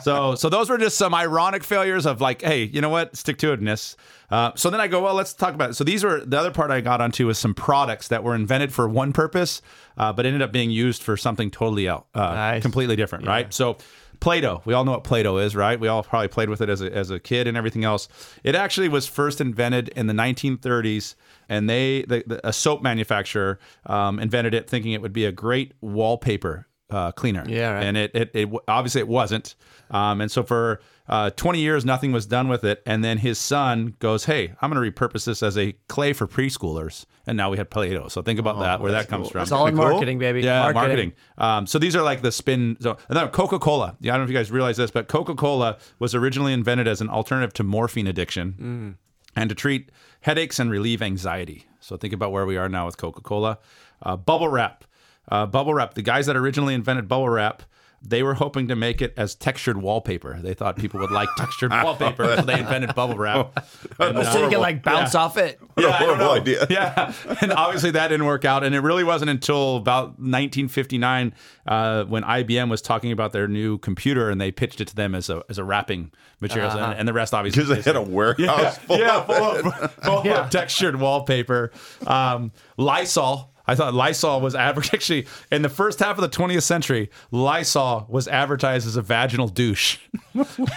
Speaker 5: So, so those were just some ironic failures of like, hey, you know what, stick to itness. Uh, so then I go, well, let's talk about it. So these were the other part I got onto is some products that were invented for one purpose, uh, but ended up being used for something totally out, uh,
Speaker 7: Nice.
Speaker 5: completely different, right? So Play-Doh, we all know what Play-Doh is, right? We all probably played with it as a, as a kid and everything else. It actually was first invented in the 1930s, and they the, the, a soap manufacturer um, invented it, thinking it would be a great wallpaper uh, cleaner.
Speaker 7: Yeah, right.
Speaker 5: And it, it, it w- obviously it wasn't. Um, and so for uh, 20 years, nothing was done with it. And then his son goes, "Hey, I'm going to repurpose this as a clay for preschoolers." And now we had Play-Doh. So think about
Speaker 7: Oh,
Speaker 5: that, where that comes from.
Speaker 7: it's all in
Speaker 4: Cool.
Speaker 7: marketing, baby.
Speaker 5: Yeah, marketing. Um, so these are like the spin. So, and then Coca Cola. Yeah, I don't know if you guys realize this, but Coca Cola was originally invented as an alternative to morphine addiction
Speaker 7: Mm.
Speaker 5: and to treat headaches and relieve anxiety. So think about where we are now with Coca Cola. Uh, bubble wrap. Uh, bubble wrap. The guys that originally invented bubble wrap. They were hoping to make it as textured wallpaper. They thought people would like
Speaker 7: [LAUGHS]
Speaker 5: textured wallpaper, so they invented bubble wrap. And, uh,
Speaker 7: So you can like bounce off it.
Speaker 4: [LAUGHS] What a
Speaker 5: I don't
Speaker 4: horrible
Speaker 5: know.
Speaker 4: idea.
Speaker 5: [LAUGHS] Yeah, and obviously that didn't work out, and it really wasn't until about 1959 uh, when IBM was talking about their new computer, and they pitched it to them as a as a wrapping material, and, and the rest obviously
Speaker 4: Because they had a warehouse full
Speaker 5: [LAUGHS] yeah,
Speaker 4: of
Speaker 5: full of, full of textured wallpaper. Um, Lysol. I thought Lysol was adver- [LAUGHS] actually in the first half of the 20th century. Lysol was advertised as a vaginal douche.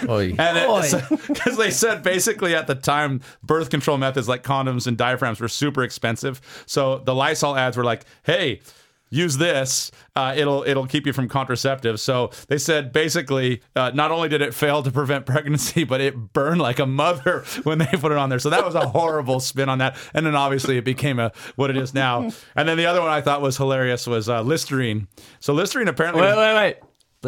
Speaker 6: Oy.
Speaker 5: [LAUGHS] And because they said basically at the time, birth control methods like condoms and diaphragms were super expensive. So the Lysol ads were like, "Hey, use this. Uh, it'll it'll keep you from contraceptives." So they said basically, uh, not only did it fail to prevent [LAUGHS] pregnancy, but it burned like a mother [LAUGHS] when they put it on there. So that was a horrible spin on that. And then obviously it became a what it is now. And then the other one I thought was hilarious was uh, Listerine. So Listerine apparently.
Speaker 7: Wait, wait, wait.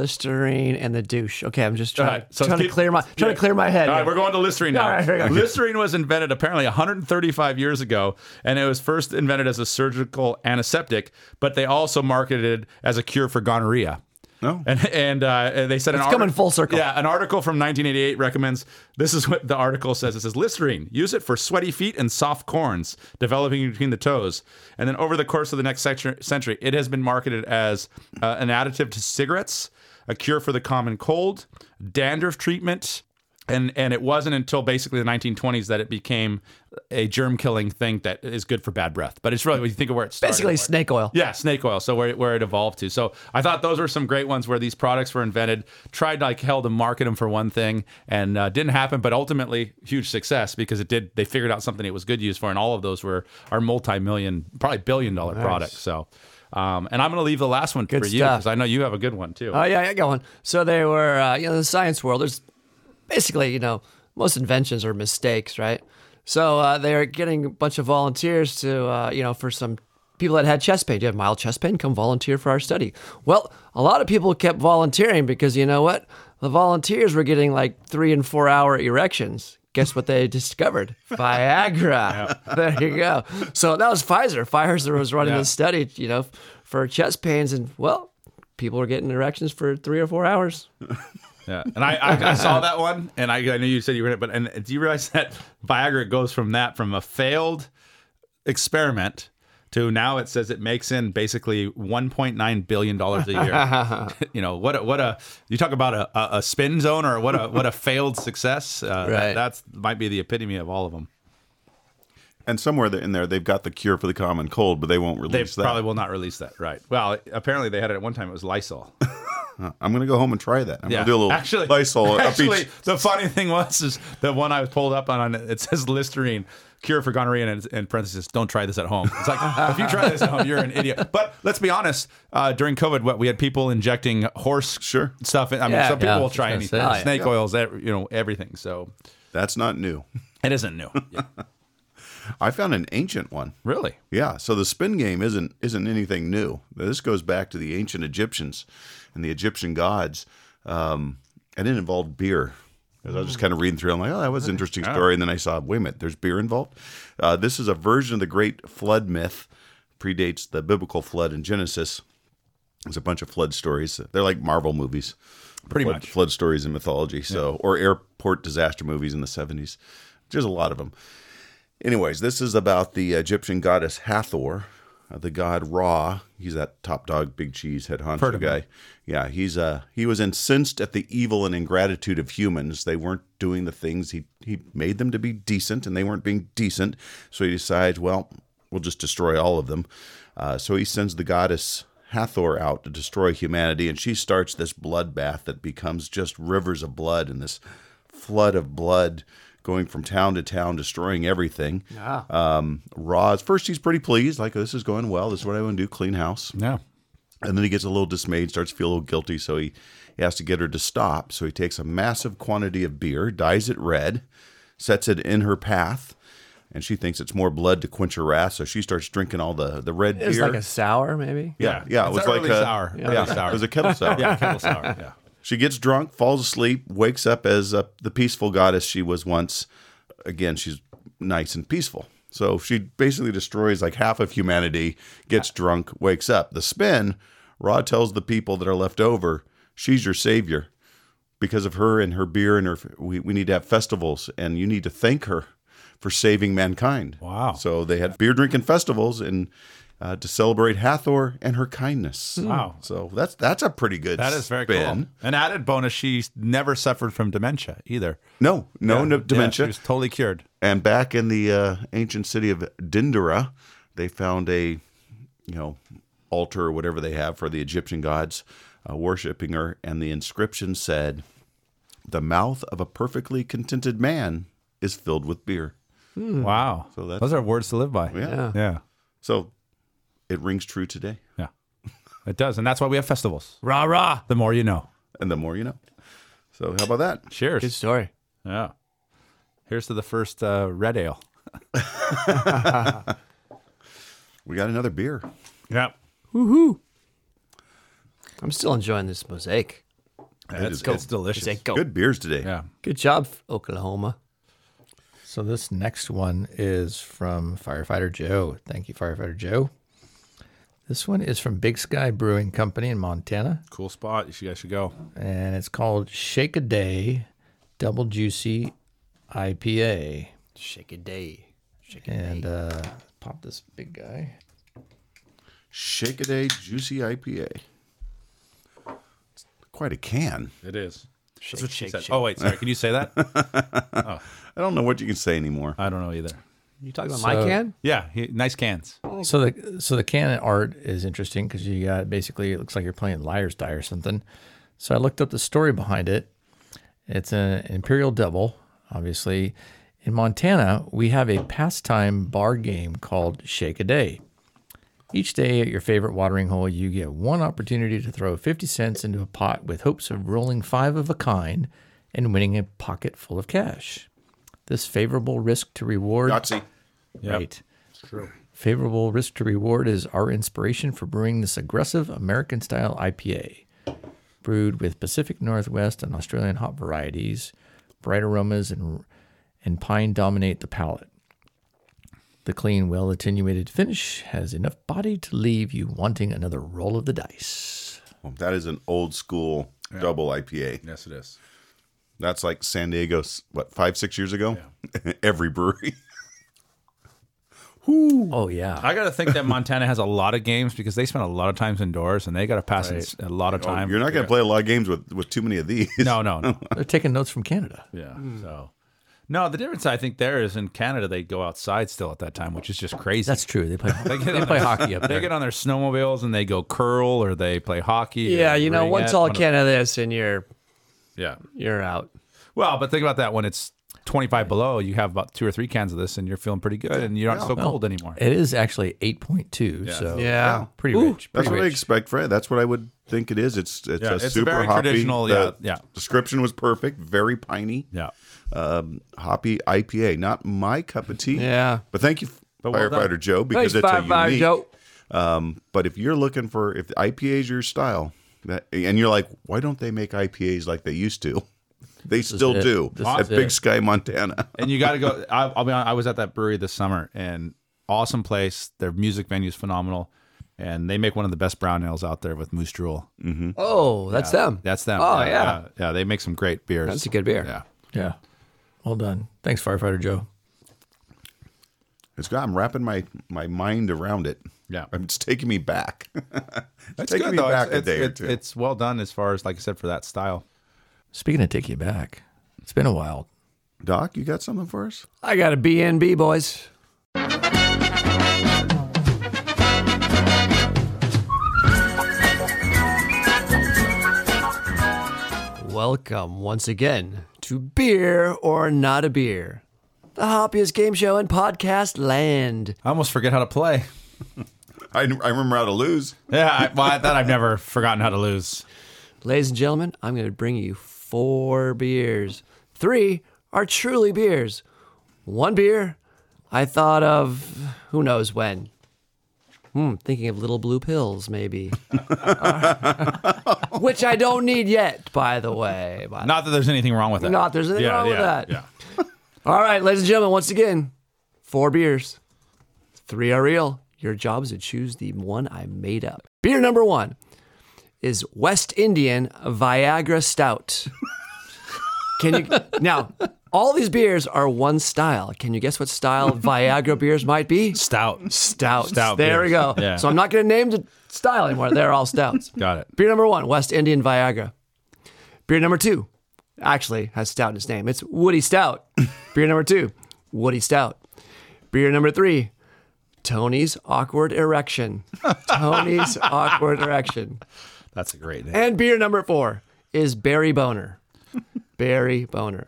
Speaker 7: Listerine and the douche. Okay, I'm just trying,
Speaker 5: All right, so
Speaker 7: trying to
Speaker 5: keep-
Speaker 7: clear my trying
Speaker 5: yeah.
Speaker 7: to clear my head.
Speaker 5: All right,
Speaker 7: here.
Speaker 5: we're going to Listerine now.
Speaker 7: All right, here we go.
Speaker 5: Listerine was invented apparently 135 years ago, and it was first invented as a surgical antiseptic, but they also marketed it as a cure for gonorrhea.
Speaker 4: No.
Speaker 5: And, and uh, and they said an
Speaker 7: It's coming full circle.
Speaker 5: Yeah, an article from 1988 recommends this is what the article says. It says Listerine, use it for sweaty feet and soft corns developing between the toes. And then over the course of the next century, century it has been marketed as uh, an additive to cigarettes, a cure for the common cold, dandruff treatment, and and it wasn't until basically the 1920s that it became a germ killing thing that is good for bad breath. But it's really when you think of where it started.
Speaker 7: Basically,
Speaker 5: where-
Speaker 7: snake oil.
Speaker 5: yeah, snake oil. So where, where it evolved to. So I thought those were some great ones where these products were invented, tried like hell to market them for one thing, and uh, didn't happen. But ultimately, huge success because it did. They figured out something it was good use for, and all of those were our multi-million, probably billion-dollar products. So Um, and I'm going to leave the last one for you
Speaker 7: stuff.
Speaker 5: because I know you have a good one too.
Speaker 7: Oh yeah, I got one. So they were, uh, you know, the science world. There's basically, you know, most inventions are mistakes, right? So uh, they're getting a bunch of volunteers to, uh, you know, for some people that had chest pain. Do you have mild chest pain? Come volunteer for our study. Well, a lot of people kept volunteering because you know what? The volunteers were getting like three and four hour erections. Guess what they discovered? Viagra. There you go. So that was Pfizer. Pfizer was running this study, you know, for chest pains, and well, people are getting erections for three or four hours.
Speaker 5: Yeah, and I, I, I saw that one, and I, I knew you said you were in it, but and do you realize that [LAUGHS] Viagra goes from that from a failed experiment to now it says it makes in basically 1.9 billion dollars a year. you know what? A, what a you talk about a, a, a spin zone or what a what a failed success. Uh, that-
Speaker 7: Right.
Speaker 5: that's might be the epitome of all of them.
Speaker 4: And somewhere in there, they've got the cure for the common cold, but they won't
Speaker 5: They
Speaker 4: release that.
Speaker 5: probably will not release that, right? Well, apparently they had it at one time. It was Lysol.
Speaker 4: I'm going to go home and try that. I'm going
Speaker 5: Yeah,
Speaker 4: to do a little
Speaker 5: actually,
Speaker 4: Lysol up
Speaker 5: [LAUGHS] Actually,
Speaker 4: each.
Speaker 5: the funny thing was is the one I was pulled up on. It says Listerine cure for gonorrhea, and in parentheses, don't try this at home. It's like if you try this at home, you're an idiot. But let's be honest. Uh, during COVID, what we had people injecting horse
Speaker 4: Sure.
Speaker 5: stuff. in- I mean,
Speaker 7: Yeah,
Speaker 5: some people
Speaker 6: yeah,
Speaker 5: will try
Speaker 6: I was
Speaker 5: anything,
Speaker 6: gonna say.
Speaker 5: snake oils, ev- you know, everything. So
Speaker 4: That's not new.
Speaker 5: it isn't
Speaker 4: [LAUGHS]
Speaker 5: new,
Speaker 4: I found an ancient one.
Speaker 5: really.
Speaker 4: Yeah, so the spin game isn't isn't anything new. This goes back to the ancient Egyptians and the Egyptian gods, um, and it involved beer. 'Cause I was just kind of reading through, I'm like, oh, that was an interesting story, and then I saw, wait a minute, there's beer involved. Uh, this is a version of the great flood myth, predates the biblical flood in Genesis. There's a bunch of flood stories. They're like Marvel movies,
Speaker 5: Pretty
Speaker 4: flood,
Speaker 5: much.
Speaker 4: flood stories in mythology. So, or airport disaster movies in the 70s. There's a lot of them. Anyways, this is about the Egyptian goddess Hathor, uh, the god Ra. He's that top dog, big cheese, head honcho guy. Yeah, he's uh he was incensed at the evil and ingratitude of humans. They weren't doing the things he he made them to be decent, and they weren't being decent. So he decides, well, we'll just destroy all of them. Uh, so he sends the goddess Hathor out to destroy humanity, and she starts this bloodbath that becomes just rivers of blood and this flood of blood going from town to town, destroying everything. Um, Ra, first, he's pretty pleased, like, this is going well. This is what I want to do, clean house.
Speaker 5: Yeah.
Speaker 4: And then he gets a little dismayed, starts to feel a little guilty, so he, he has to get her to stop. So he takes a massive quantity of beer, dyes it red, sets it in her path. And she thinks it's more blood to quench her wrath, so she starts drinking all the, the red
Speaker 7: It's
Speaker 4: beer.
Speaker 7: like a sour, maybe.
Speaker 4: yeah, yeah, it
Speaker 5: It's
Speaker 4: was
Speaker 5: early
Speaker 4: like a
Speaker 5: sour.
Speaker 4: Yeah,
Speaker 5: Early sour.
Speaker 4: it was a kettle sour.
Speaker 5: yeah, kettle sour. Yeah.
Speaker 4: She gets drunk, falls asleep, wakes up as uh, the peaceful goddess she was once. Again, she's nice and peaceful. So she basically destroys like half of humanity, gets drunk, wakes up. The spin, Ra tells the people that are left over, she's your savior. Because of her and her beer and her, we, we need to have festivals and you need to thank her for saving mankind.
Speaker 5: Wow.
Speaker 4: So they had beer drinking festivals and uh, to celebrate Hathor and her kindness.
Speaker 5: Hmm. Wow.
Speaker 4: So that's that's a pretty good
Speaker 5: That is very
Speaker 4: spin.
Speaker 5: cool. An added bonus, she never suffered from dementia either.
Speaker 4: No, no,
Speaker 5: Yeah,
Speaker 4: no
Speaker 5: yeah,
Speaker 4: dementia.
Speaker 5: she was totally cured.
Speaker 4: and back in the uh, ancient city of Dendera, they found a, you know, altar or whatever they have for the Egyptian gods uh, worshiping her, and the inscription said, "The mouth of a perfectly contented man is filled with beer."
Speaker 5: Wow.
Speaker 4: Hmm. So that's-
Speaker 5: Those are words to live by.
Speaker 4: Yeah.
Speaker 5: Yeah.
Speaker 4: So it rings true today,
Speaker 5: Yeah. It does. And that's why we have festivals.
Speaker 7: Rah rah.
Speaker 5: The more you know.
Speaker 4: and the more you know. So how about that?
Speaker 5: Cheers.
Speaker 7: Good story.
Speaker 5: yeah. Here's to the first uh, red ale.
Speaker 4: We got another beer.
Speaker 5: Yeah.
Speaker 7: I'm still enjoying this mosaic.
Speaker 5: It's,
Speaker 4: is good.
Speaker 5: it's delicious.
Speaker 7: Mosaic, go. Good.
Speaker 4: Good beers today.
Speaker 5: Yeah.
Speaker 7: job, Oklahoma.
Speaker 6: So this next one is from Firefighter Joe. Thank you, Firefighter Joe. This one is from Big Sky Brewing Company in Montana,
Speaker 5: Cool spot. You guys should go.
Speaker 6: and it's called Shake a Day Double Juicy IPA.
Speaker 7: Shake a day. Shake a
Speaker 6: And uh, pop this big guy.
Speaker 4: Shake a day juicy IPA. It's Quite a can.
Speaker 5: It is.
Speaker 7: shake, shake, shake.
Speaker 5: Oh, wait. Sorry. Can you say that?
Speaker 4: I don't know what you can say anymore.
Speaker 5: I don't know either.
Speaker 7: You talking about my can?
Speaker 5: Yeah. He, nice cans.
Speaker 6: So the so the canon art is interesting because you got basically it looks like you're playing Liar's Die or something. So I looked up the story behind it. It's an Imperial Double, obviously. In Montana, we have a pastime bar game called Shake a Day. Each day at your favorite watering hole, you get one opportunity to throw 50 cents into a pot with hopes of rolling five of a kind and winning a pocket full of cash. This favorable risk to reward.
Speaker 4: Yahtzee.
Speaker 6: Right. Favorable risk to reward is our inspiration for brewing this aggressive American style IPA. Brewed with Pacific Northwest and Australian hop varieties, bright aromas and, and pine dominate the palate. The clean, well attenuated finish has enough body to leave you wanting another roll of the dice.
Speaker 4: Well, Oh, that is an old school double IPA.
Speaker 8: Yes, it is.
Speaker 4: That's like San Diego, s- what, five, six years ago? [LAUGHS] Every brewery.
Speaker 6: Oh, yeah.
Speaker 5: I got to think that Montana has a lot of games because they spend a lot of times indoors and they got to pass in s- a lot of time.
Speaker 4: You're not going to play a lot of games with, with too many of these.
Speaker 5: [LAUGHS] no, no, no.
Speaker 6: They're taking notes from Canada.
Speaker 5: Yeah. So, no, the difference I think there is in Canada they go outside still at that time, which is just crazy.
Speaker 6: That's true. They play, they
Speaker 5: get on
Speaker 6: play
Speaker 5: their-
Speaker 6: hockey up
Speaker 5: they
Speaker 6: there.
Speaker 5: get on their snowmobiles and they go curl or they play hockey. or
Speaker 7: Yeah, you know,
Speaker 5: ringette,
Speaker 7: once all
Speaker 5: one of-
Speaker 7: can of this and you're
Speaker 5: Yeah.
Speaker 7: you're out.
Speaker 5: Well, but think about that when it's 25 below, you have about two or three cans of this and you're feeling pretty good and you're not so cold anymore.
Speaker 6: It is actually 8.2, so
Speaker 7: Yeah.
Speaker 6: pretty rich.
Speaker 4: That's
Speaker 6: Pretty
Speaker 4: what I
Speaker 6: rich.
Speaker 4: expect, Fred. That's what I would think it is. It's it's
Speaker 5: Yeah,
Speaker 4: a
Speaker 5: it's
Speaker 4: super
Speaker 5: very
Speaker 4: hoppy.
Speaker 5: traditional,
Speaker 4: the
Speaker 5: yeah, yeah.
Speaker 4: Description was perfect. Very piney,
Speaker 5: yeah.
Speaker 4: um, hoppy IPA. Not my cup of tea.
Speaker 7: Yeah.
Speaker 4: But thank you,
Speaker 5: well
Speaker 4: firefighter
Speaker 5: done.
Speaker 4: Joe, because
Speaker 7: Thanks,
Speaker 4: it's a
Speaker 7: Five Five
Speaker 4: unique.
Speaker 7: Joe.
Speaker 4: But if you're looking for if the IPA is your style, that, and you're like, why don't they make IPAs like they used to? [LAUGHS] They still
Speaker 6: it.
Speaker 4: do
Speaker 6: This
Speaker 4: at
Speaker 6: is it.
Speaker 4: Big Sky, Montana. [LAUGHS]
Speaker 5: and you got to go. I, I'll be honest. I was at that brewery this summer, and awesome place. Their music venue is phenomenal, and they make one of the best brown ales out there with Moose Drool.
Speaker 7: Oh, that's them.
Speaker 5: That's them.
Speaker 7: Oh,
Speaker 5: Yeah,
Speaker 7: yeah.
Speaker 5: yeah, yeah, They make some great beers.
Speaker 7: That's a good beer.
Speaker 5: Yeah,
Speaker 6: Yeah. Well done. Thanks, Firefighter Joe.
Speaker 4: It's got. I'm wrapping my my mind around it.
Speaker 5: Yeah.
Speaker 4: it's taking me back. [LAUGHS] it's
Speaker 5: it's
Speaker 4: taking me
Speaker 5: though.
Speaker 4: back
Speaker 5: it's,
Speaker 4: a day
Speaker 5: it's,
Speaker 4: or two.
Speaker 5: it's well done as far as like I said for that style.
Speaker 6: Speaking of take you back, it's been a while.
Speaker 4: Doc, you got something for us?
Speaker 7: I got a BNB, boys. Welcome once again to Beer or Not a Beer, the hoppiest game show in podcast land.
Speaker 5: I almost forget how to play.
Speaker 4: I, I remember how to lose.
Speaker 5: Yeah, I, well, I thought I've never forgotten how to lose.
Speaker 7: Ladies and gentlemen, I'm going to bring you four beers. Three are truly beers. One beer I thought of who knows when. Hmm, thinking of little blue pills,
Speaker 5: [LAUGHS]
Speaker 7: maybe. Which I don't need yet, by the way. By
Speaker 5: Not that there's anything wrong with that.
Speaker 7: Not there's anything
Speaker 5: yeah,
Speaker 7: wrong
Speaker 5: yeah,
Speaker 7: with that.
Speaker 5: Yeah,
Speaker 7: All right, ladies and gentlemen, once again, four beers. Three are real. Your job is to choose the one I made up. Beer number one is West Indian Viagra Stout. Can you [LAUGHS] now? All these beers are one style. Can you guess what
Speaker 5: [LAUGHS]
Speaker 7: style Viagra beers might
Speaker 5: [LAUGHS]
Speaker 7: be?
Speaker 5: stout.
Speaker 7: Stouts.
Speaker 5: Stout
Speaker 7: There we
Speaker 5: beers.
Speaker 7: go.
Speaker 5: Yeah.
Speaker 7: So I'm not going to name the style anymore. They're all stouts.
Speaker 5: [LAUGHS] Got it.
Speaker 7: Beer number one, West Indian Viagra. Beer number two, actually has stout in its name. It's Woody Stout. Beer number two, Woody Stout. Beer number three, Tony's Awkward Erection. Tony's Awkward Erection.
Speaker 5: That's a great name.
Speaker 7: And beer number four is Barry Boner. Barry Boner.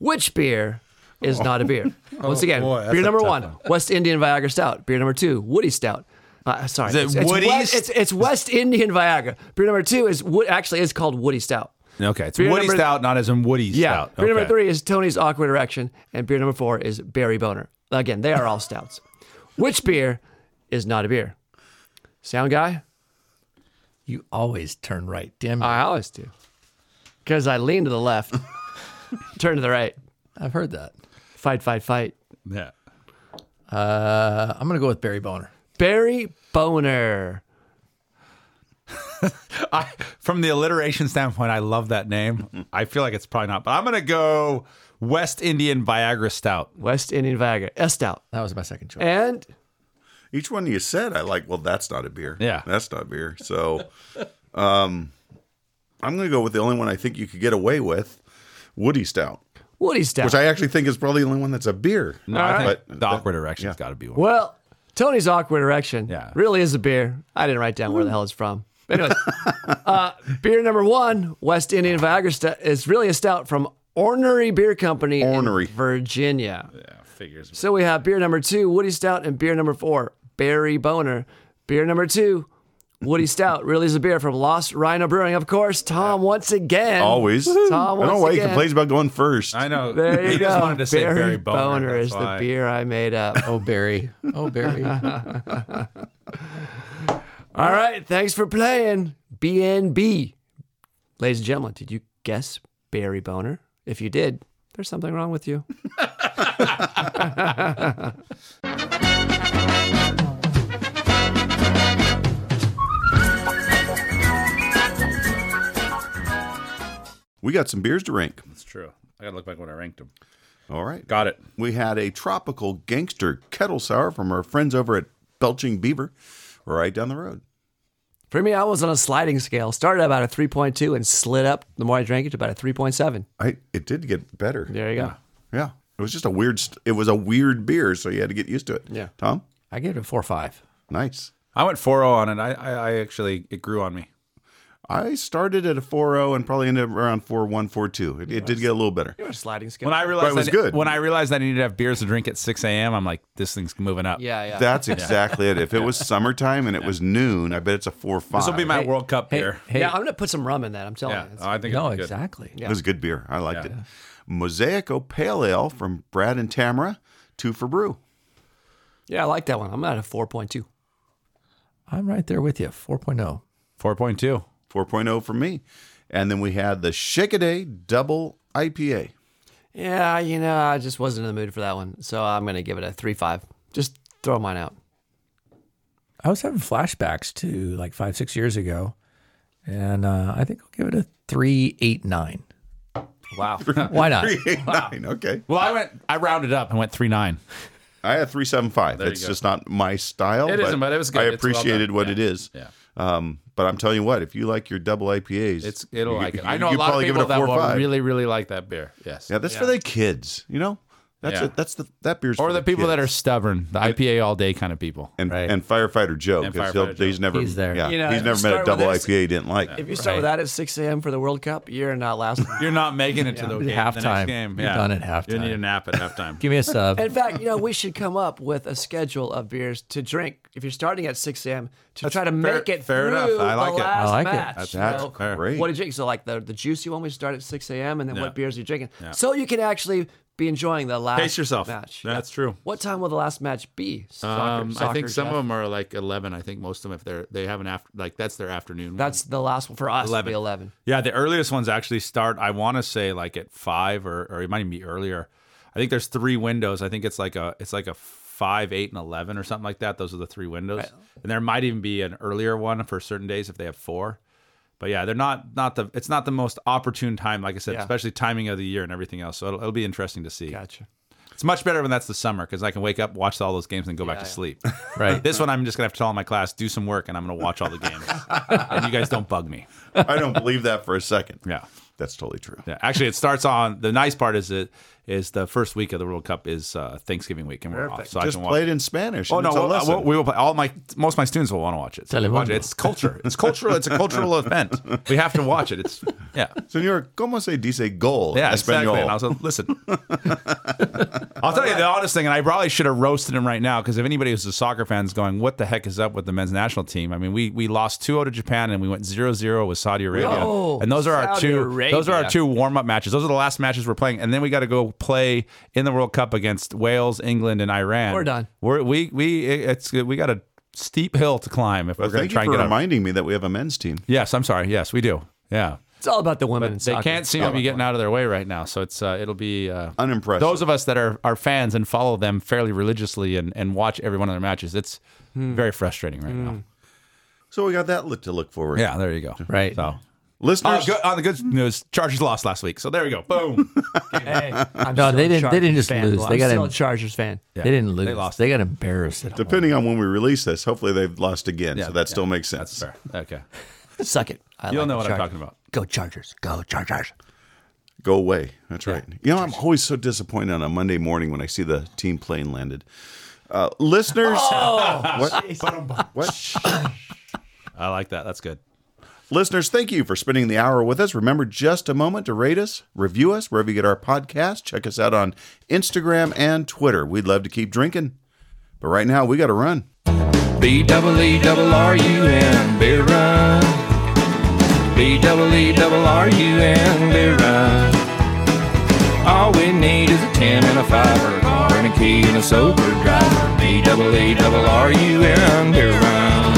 Speaker 7: Which beer is not a beer? Once again,
Speaker 8: boy, that's
Speaker 7: beer
Speaker 8: a
Speaker 7: number
Speaker 8: tough
Speaker 7: one,
Speaker 8: one.
Speaker 7: West Indian Viagra Stout. Beer number two, Woody Stout. Uh, sorry,
Speaker 5: it
Speaker 7: it's, it's
Speaker 5: Woody's?
Speaker 7: West, it's, it's West Indian Viagra. Beer number two is Wo- actually is called Woody Stout.
Speaker 5: okay, it's
Speaker 7: Beer
Speaker 5: Woody
Speaker 7: number-
Speaker 5: Stout, not as in Woody
Speaker 7: Yeah.
Speaker 5: Stout.
Speaker 7: Beer number
Speaker 5: Okay.
Speaker 7: three is Tony's Awkward Erection, and beer number four is Barry Boner. Again, they are all stouts. Which beer is not a beer? Sound guy?
Speaker 6: You always turn right. Damn it.
Speaker 7: I always do. Because Mm. I lean to the [LAUGHS] left, turn to the right,
Speaker 6: I've heard that.
Speaker 7: fight, fight, fight.
Speaker 5: Yeah.
Speaker 6: Uh, I'm going to go with Barry Boner.
Speaker 7: Barry Boner.
Speaker 5: [LAUGHS] I, from the alliteration standpoint, I love that [LAUGHS] name. I feel like it's probably not, but I'm gonna go West Indian Viagra Stout.
Speaker 7: West Indian Viagra. A stout.
Speaker 6: That was my second choice.
Speaker 7: And
Speaker 4: Each one you said, I like. Well, that's not a beer.
Speaker 5: Yeah.
Speaker 4: that's not beer. So, [LAUGHS] um, I'm going to go with the only one I think you could get away with, Woody Stout,
Speaker 7: Woody Stout.
Speaker 4: which I actually think is probably the only one that's a beer.
Speaker 5: No, I think
Speaker 4: But
Speaker 5: the awkward erection's got to be one.
Speaker 7: Well, Tony's awkward erection
Speaker 5: Yeah.
Speaker 7: really is a beer. I didn't write down where
Speaker 4: Mm.
Speaker 7: the hell it's from.
Speaker 4: [LAUGHS]
Speaker 7: Anyways, uh, beer number one, West Indian Viagra Stout, is really a stout from Ornery Beer Company, in
Speaker 4: Ornery.
Speaker 7: Virginia. Yeah, figures. So we have beer number two, Woody Stout, and beer number four, Barry Boner. Beer number two, Woody Stout. Really is a beer from Lost Rhino Brewing. Of course, Tom once again.
Speaker 4: Always. I
Speaker 7: Tom once
Speaker 4: don't know why he
Speaker 7: again.
Speaker 4: complains about going first.
Speaker 5: [LAUGHS] I know.
Speaker 7: There you
Speaker 5: he
Speaker 7: go.
Speaker 5: just wanted to say
Speaker 7: Barry
Speaker 5: Barry Boner. that's
Speaker 7: is the
Speaker 5: why.
Speaker 7: beer I made up.
Speaker 6: Oh, Barry. Oh, Barry.
Speaker 7: [LAUGHS] All right, thanks for playing BNB. Ladies and gentlemen, did you guess Barry Boner? If you did, there's something wrong with you.
Speaker 4: We got some beers to rank.
Speaker 3: It's true. I gotta look back when I ranked them.
Speaker 4: All right.
Speaker 3: Got it.
Speaker 4: We had a tropical gangster kettle sour from our friends over at Belching Beaver, right down the road.
Speaker 7: For me, I was on a sliding scale. Started at about a 3.2 and slid up the more I drank it to about a 3.7.
Speaker 4: I it did get better.
Speaker 7: There you go.
Speaker 4: Yeah. It was just a weird st- it was a weird beer, so you had to get used to it.
Speaker 7: Yeah.
Speaker 4: Tom?
Speaker 6: I gave it a four or five.
Speaker 4: Nice.
Speaker 5: I went 4 0 on it. I, I, I actually, it grew on me.
Speaker 4: I started at a 4.0 and probably ended up around 4.1, 4.2. It, it did get a little better.
Speaker 7: You're a sliding scale.
Speaker 5: When I realized
Speaker 4: it was
Speaker 5: I-
Speaker 4: good.
Speaker 5: When I realized I needed to have beers to drink at 6 a.m., I'm like, this thing's moving up.
Speaker 7: yeah, yeah.
Speaker 4: That's exactly it. If it was summertime and it was noon, I bet it's a 4.5.
Speaker 5: This will be my World Cup beer.
Speaker 6: Hey,
Speaker 7: yeah, I'm going to put some rum in that. I'm telling
Speaker 5: Yeah,
Speaker 7: you. It's-
Speaker 5: I think
Speaker 6: no,
Speaker 5: it's good.
Speaker 6: exactly.
Speaker 4: It was a good beer. I liked it. Mosaico Pale Ale from Brad and Tamara, two for brew.
Speaker 7: yeah, I like that one. I'm at a 4.2.
Speaker 6: I'm right there with you. oh. 4.0.
Speaker 5: 4.2.
Speaker 4: 4.0 for me. And then we had the Shake a Day Double [LAUGHS] IPA.
Speaker 7: Yeah, you know, I just wasn't in the mood for that one. So I'm going to give it a 3.5. Just throw mine out.
Speaker 6: I was having flashbacks to like five, six years ago. And uh, I think I'll give it a 389.
Speaker 5: Wow. [LAUGHS]
Speaker 6: Why not?
Speaker 4: Nine, okay.
Speaker 5: well, I went, I rounded up and went 3 9.
Speaker 4: I had 375. It's just not my style.
Speaker 5: It
Speaker 4: but
Speaker 5: isn't, but it was good.
Speaker 4: I
Speaker 5: It's well
Speaker 4: appreciated
Speaker 5: done.
Speaker 4: what it is.
Speaker 5: Yeah.
Speaker 4: Um, but I'm telling you what, if you like your double IPAs,
Speaker 5: It's, it'll
Speaker 4: you-
Speaker 5: like it.
Speaker 4: you-
Speaker 5: I know a
Speaker 4: you'd
Speaker 5: lot of
Speaker 4: probably give it
Speaker 5: people that
Speaker 4: a four
Speaker 5: will
Speaker 4: five.
Speaker 5: really, really like that beer. Yes.
Speaker 4: yeah, that's for the kids, you know? That's
Speaker 5: Yeah.
Speaker 4: it. That's the that beer's
Speaker 5: Or
Speaker 4: for
Speaker 5: the people that are
Speaker 4: kids.
Speaker 5: stubborn, the IPA all day kind of people.
Speaker 4: and,
Speaker 5: right?
Speaker 4: and firefighter Joe
Speaker 5: And
Speaker 4: because
Speaker 5: Firefighter
Speaker 4: he'll
Speaker 5: Joe.
Speaker 4: he's never
Speaker 6: He's there.
Speaker 4: Yeah,
Speaker 7: You know,
Speaker 4: he's
Speaker 7: if
Speaker 4: never
Speaker 7: you
Speaker 4: met a
Speaker 7: start
Speaker 4: double
Speaker 7: with this-
Speaker 4: IPA he didn't like.
Speaker 7: If you start with that at 6 a.m. for the World Cup, you're not lasting.
Speaker 5: You're not making it to the, game, the
Speaker 6: Halftime.
Speaker 5: next game.
Speaker 6: You're done at halftime.
Speaker 5: You need a nap at halftime.
Speaker 6: Give me a sub.
Speaker 7: In fact, you know, we should come up with a schedule of beers to drink if you're starting at 6 a.m. to try to
Speaker 5: fair-
Speaker 7: make it
Speaker 5: fair
Speaker 7: through
Speaker 5: enough. I like
Speaker 7: the
Speaker 5: it. I
Speaker 7: last
Speaker 6: like it.
Speaker 7: match.
Speaker 4: That's
Speaker 7: you know?
Speaker 4: great.
Speaker 7: What do you drink? So, like the, the juicy one, we start at 6 a.m. and then
Speaker 5: Yeah.
Speaker 7: what beers are you drinking? So you can actually be enjoying the last
Speaker 5: Pace yourself.
Speaker 7: match.
Speaker 5: That's true.
Speaker 7: What time will the last match be? Soccer,
Speaker 5: Um, I
Speaker 7: soccer,
Speaker 5: think some
Speaker 7: Jeff?
Speaker 5: of them are like eleven. I think most of them, if they're they have an after like that's their afternoon. one.
Speaker 7: That's the last one for us.
Speaker 5: 11.
Speaker 7: 11. Be 11.
Speaker 5: yeah. The earliest ones actually start. I want to say like at five or or it might even be earlier. I think there's three windows. I think it's like a it's like a five, eight, and eleven or something like that. Those are the three windows, and there might even be an earlier one for certain days if they have four. But yeah, they're not not the it's not the most opportune time, like I said,
Speaker 7: Yeah.
Speaker 5: especially timing of the year and everything else. So it'll, it'll be interesting to see.
Speaker 7: Gotcha.
Speaker 5: It's much better when that's the summer because I can wake up, watch all those games, and go back to
Speaker 7: [LAUGHS]
Speaker 5: sleep.
Speaker 6: Right.
Speaker 5: This one, I'm just gonna have to tell my class, do some work, and I'm gonna watch all the
Speaker 7: [LAUGHS]
Speaker 5: games. and you guys don't bug me.
Speaker 4: I don't believe that for a second.
Speaker 5: Yeah,
Speaker 4: That's totally true.
Speaker 5: yeah. Actually, it starts on the nice part is it is the first week of the World Cup is uh, Thanksgiving week, and we're off, so I
Speaker 4: Just
Speaker 5: can
Speaker 4: play
Speaker 5: watch.
Speaker 4: it in Spanish.
Speaker 5: Oh
Speaker 4: and
Speaker 5: no,
Speaker 4: it's a
Speaker 5: we'll,
Speaker 4: lesson.
Speaker 5: we'll- we will play. All my most of my students will want to watch it. So we watch it.
Speaker 6: Telemundo.
Speaker 5: It's culture.
Speaker 4: [LAUGHS]
Speaker 5: It's cultural. It's a cultural event. We have to watch it. It's yeah.
Speaker 4: Señor, ¿cómo se dice gol?
Speaker 5: Yeah,
Speaker 4: en
Speaker 5: exactly.
Speaker 4: español?
Speaker 5: And I was like, listen, I'll tell you the honest thing, and I probably should have roasted him right now because if anybody who's a soccer fan is going, what the heck is up with the men's national team? I mean, we we lost 2 0 to Japan and we went 0 0 with Saudi Arabia.
Speaker 7: Oh,
Speaker 5: and those are our
Speaker 7: Saudi
Speaker 5: two those are
Speaker 7: Arabia.
Speaker 5: our two warm up matches. Those are the last matches we're playing. And then we got to go play in the World Cup against Wales, England, and Iran.
Speaker 7: We're done.
Speaker 5: We're, we we it's we got a steep hill to climb if
Speaker 4: Well,
Speaker 5: we're going
Speaker 4: thank
Speaker 5: to
Speaker 4: you
Speaker 5: try
Speaker 4: for
Speaker 5: and get out.
Speaker 4: reminding me that we have a men's team.
Speaker 5: Yes, I'm sorry. Yes, we do. Yeah.
Speaker 7: It's all about the women. in
Speaker 5: They
Speaker 7: soccer.
Speaker 5: can't seem to be getting out of their way right now, so it's uh, it'll be uh,
Speaker 4: Unimpressive.
Speaker 5: Those of us that are, are fans and follow them fairly religiously and, and watch every one of their matches, it's very frustrating right now.
Speaker 4: So we got that look to look forward. to.
Speaker 5: Hmm. Yeah, there you go.
Speaker 6: Right.
Speaker 5: So
Speaker 4: listeners,
Speaker 5: Oh, good- on the good news, Chargers lost last week, so there we go. [LAUGHS] Boom.
Speaker 7: I'm
Speaker 6: No,
Speaker 7: still
Speaker 6: they
Speaker 7: a
Speaker 6: didn't- they
Speaker 7: Chargers
Speaker 6: didn't just
Speaker 7: fan,
Speaker 6: lose.
Speaker 7: Well,
Speaker 6: They
Speaker 7: I'm
Speaker 6: got
Speaker 7: still
Speaker 6: him-
Speaker 7: a Chargers fan.
Speaker 6: They didn't lose. They,
Speaker 5: lost.
Speaker 6: got embarrassed at home.
Speaker 4: depending on when we release this, hopefully they've lost again. so that
Speaker 5: yeah.
Speaker 4: still makes sense.
Speaker 5: Fair. Okay.
Speaker 7: Suck it. I
Speaker 5: You'll
Speaker 7: like
Speaker 5: know
Speaker 7: the
Speaker 5: what I'm
Speaker 7: Chargers.
Speaker 5: talking about.
Speaker 7: Go Chargers. Go Chargers.
Speaker 4: Go away. That's right. You know, I'm always so disappointed on a Monday morning when I see the team plane landed. Uh, listeners,
Speaker 6: Oh,
Speaker 4: [LAUGHS] what? what?
Speaker 5: I like that. That's good.
Speaker 4: listeners, thank you for spending the hour with us. Remember, just a moment to rate us, review us wherever you get our podcast. Check us out on Instagram and Twitter. We'd love to keep drinking, but right now we got to run.
Speaker 8: B double E double R U N Beer Run. B double E double R U N Beer Run. All we need is a ten and a five or a car and a key and a sober driver. B double E double R U N Beer Run.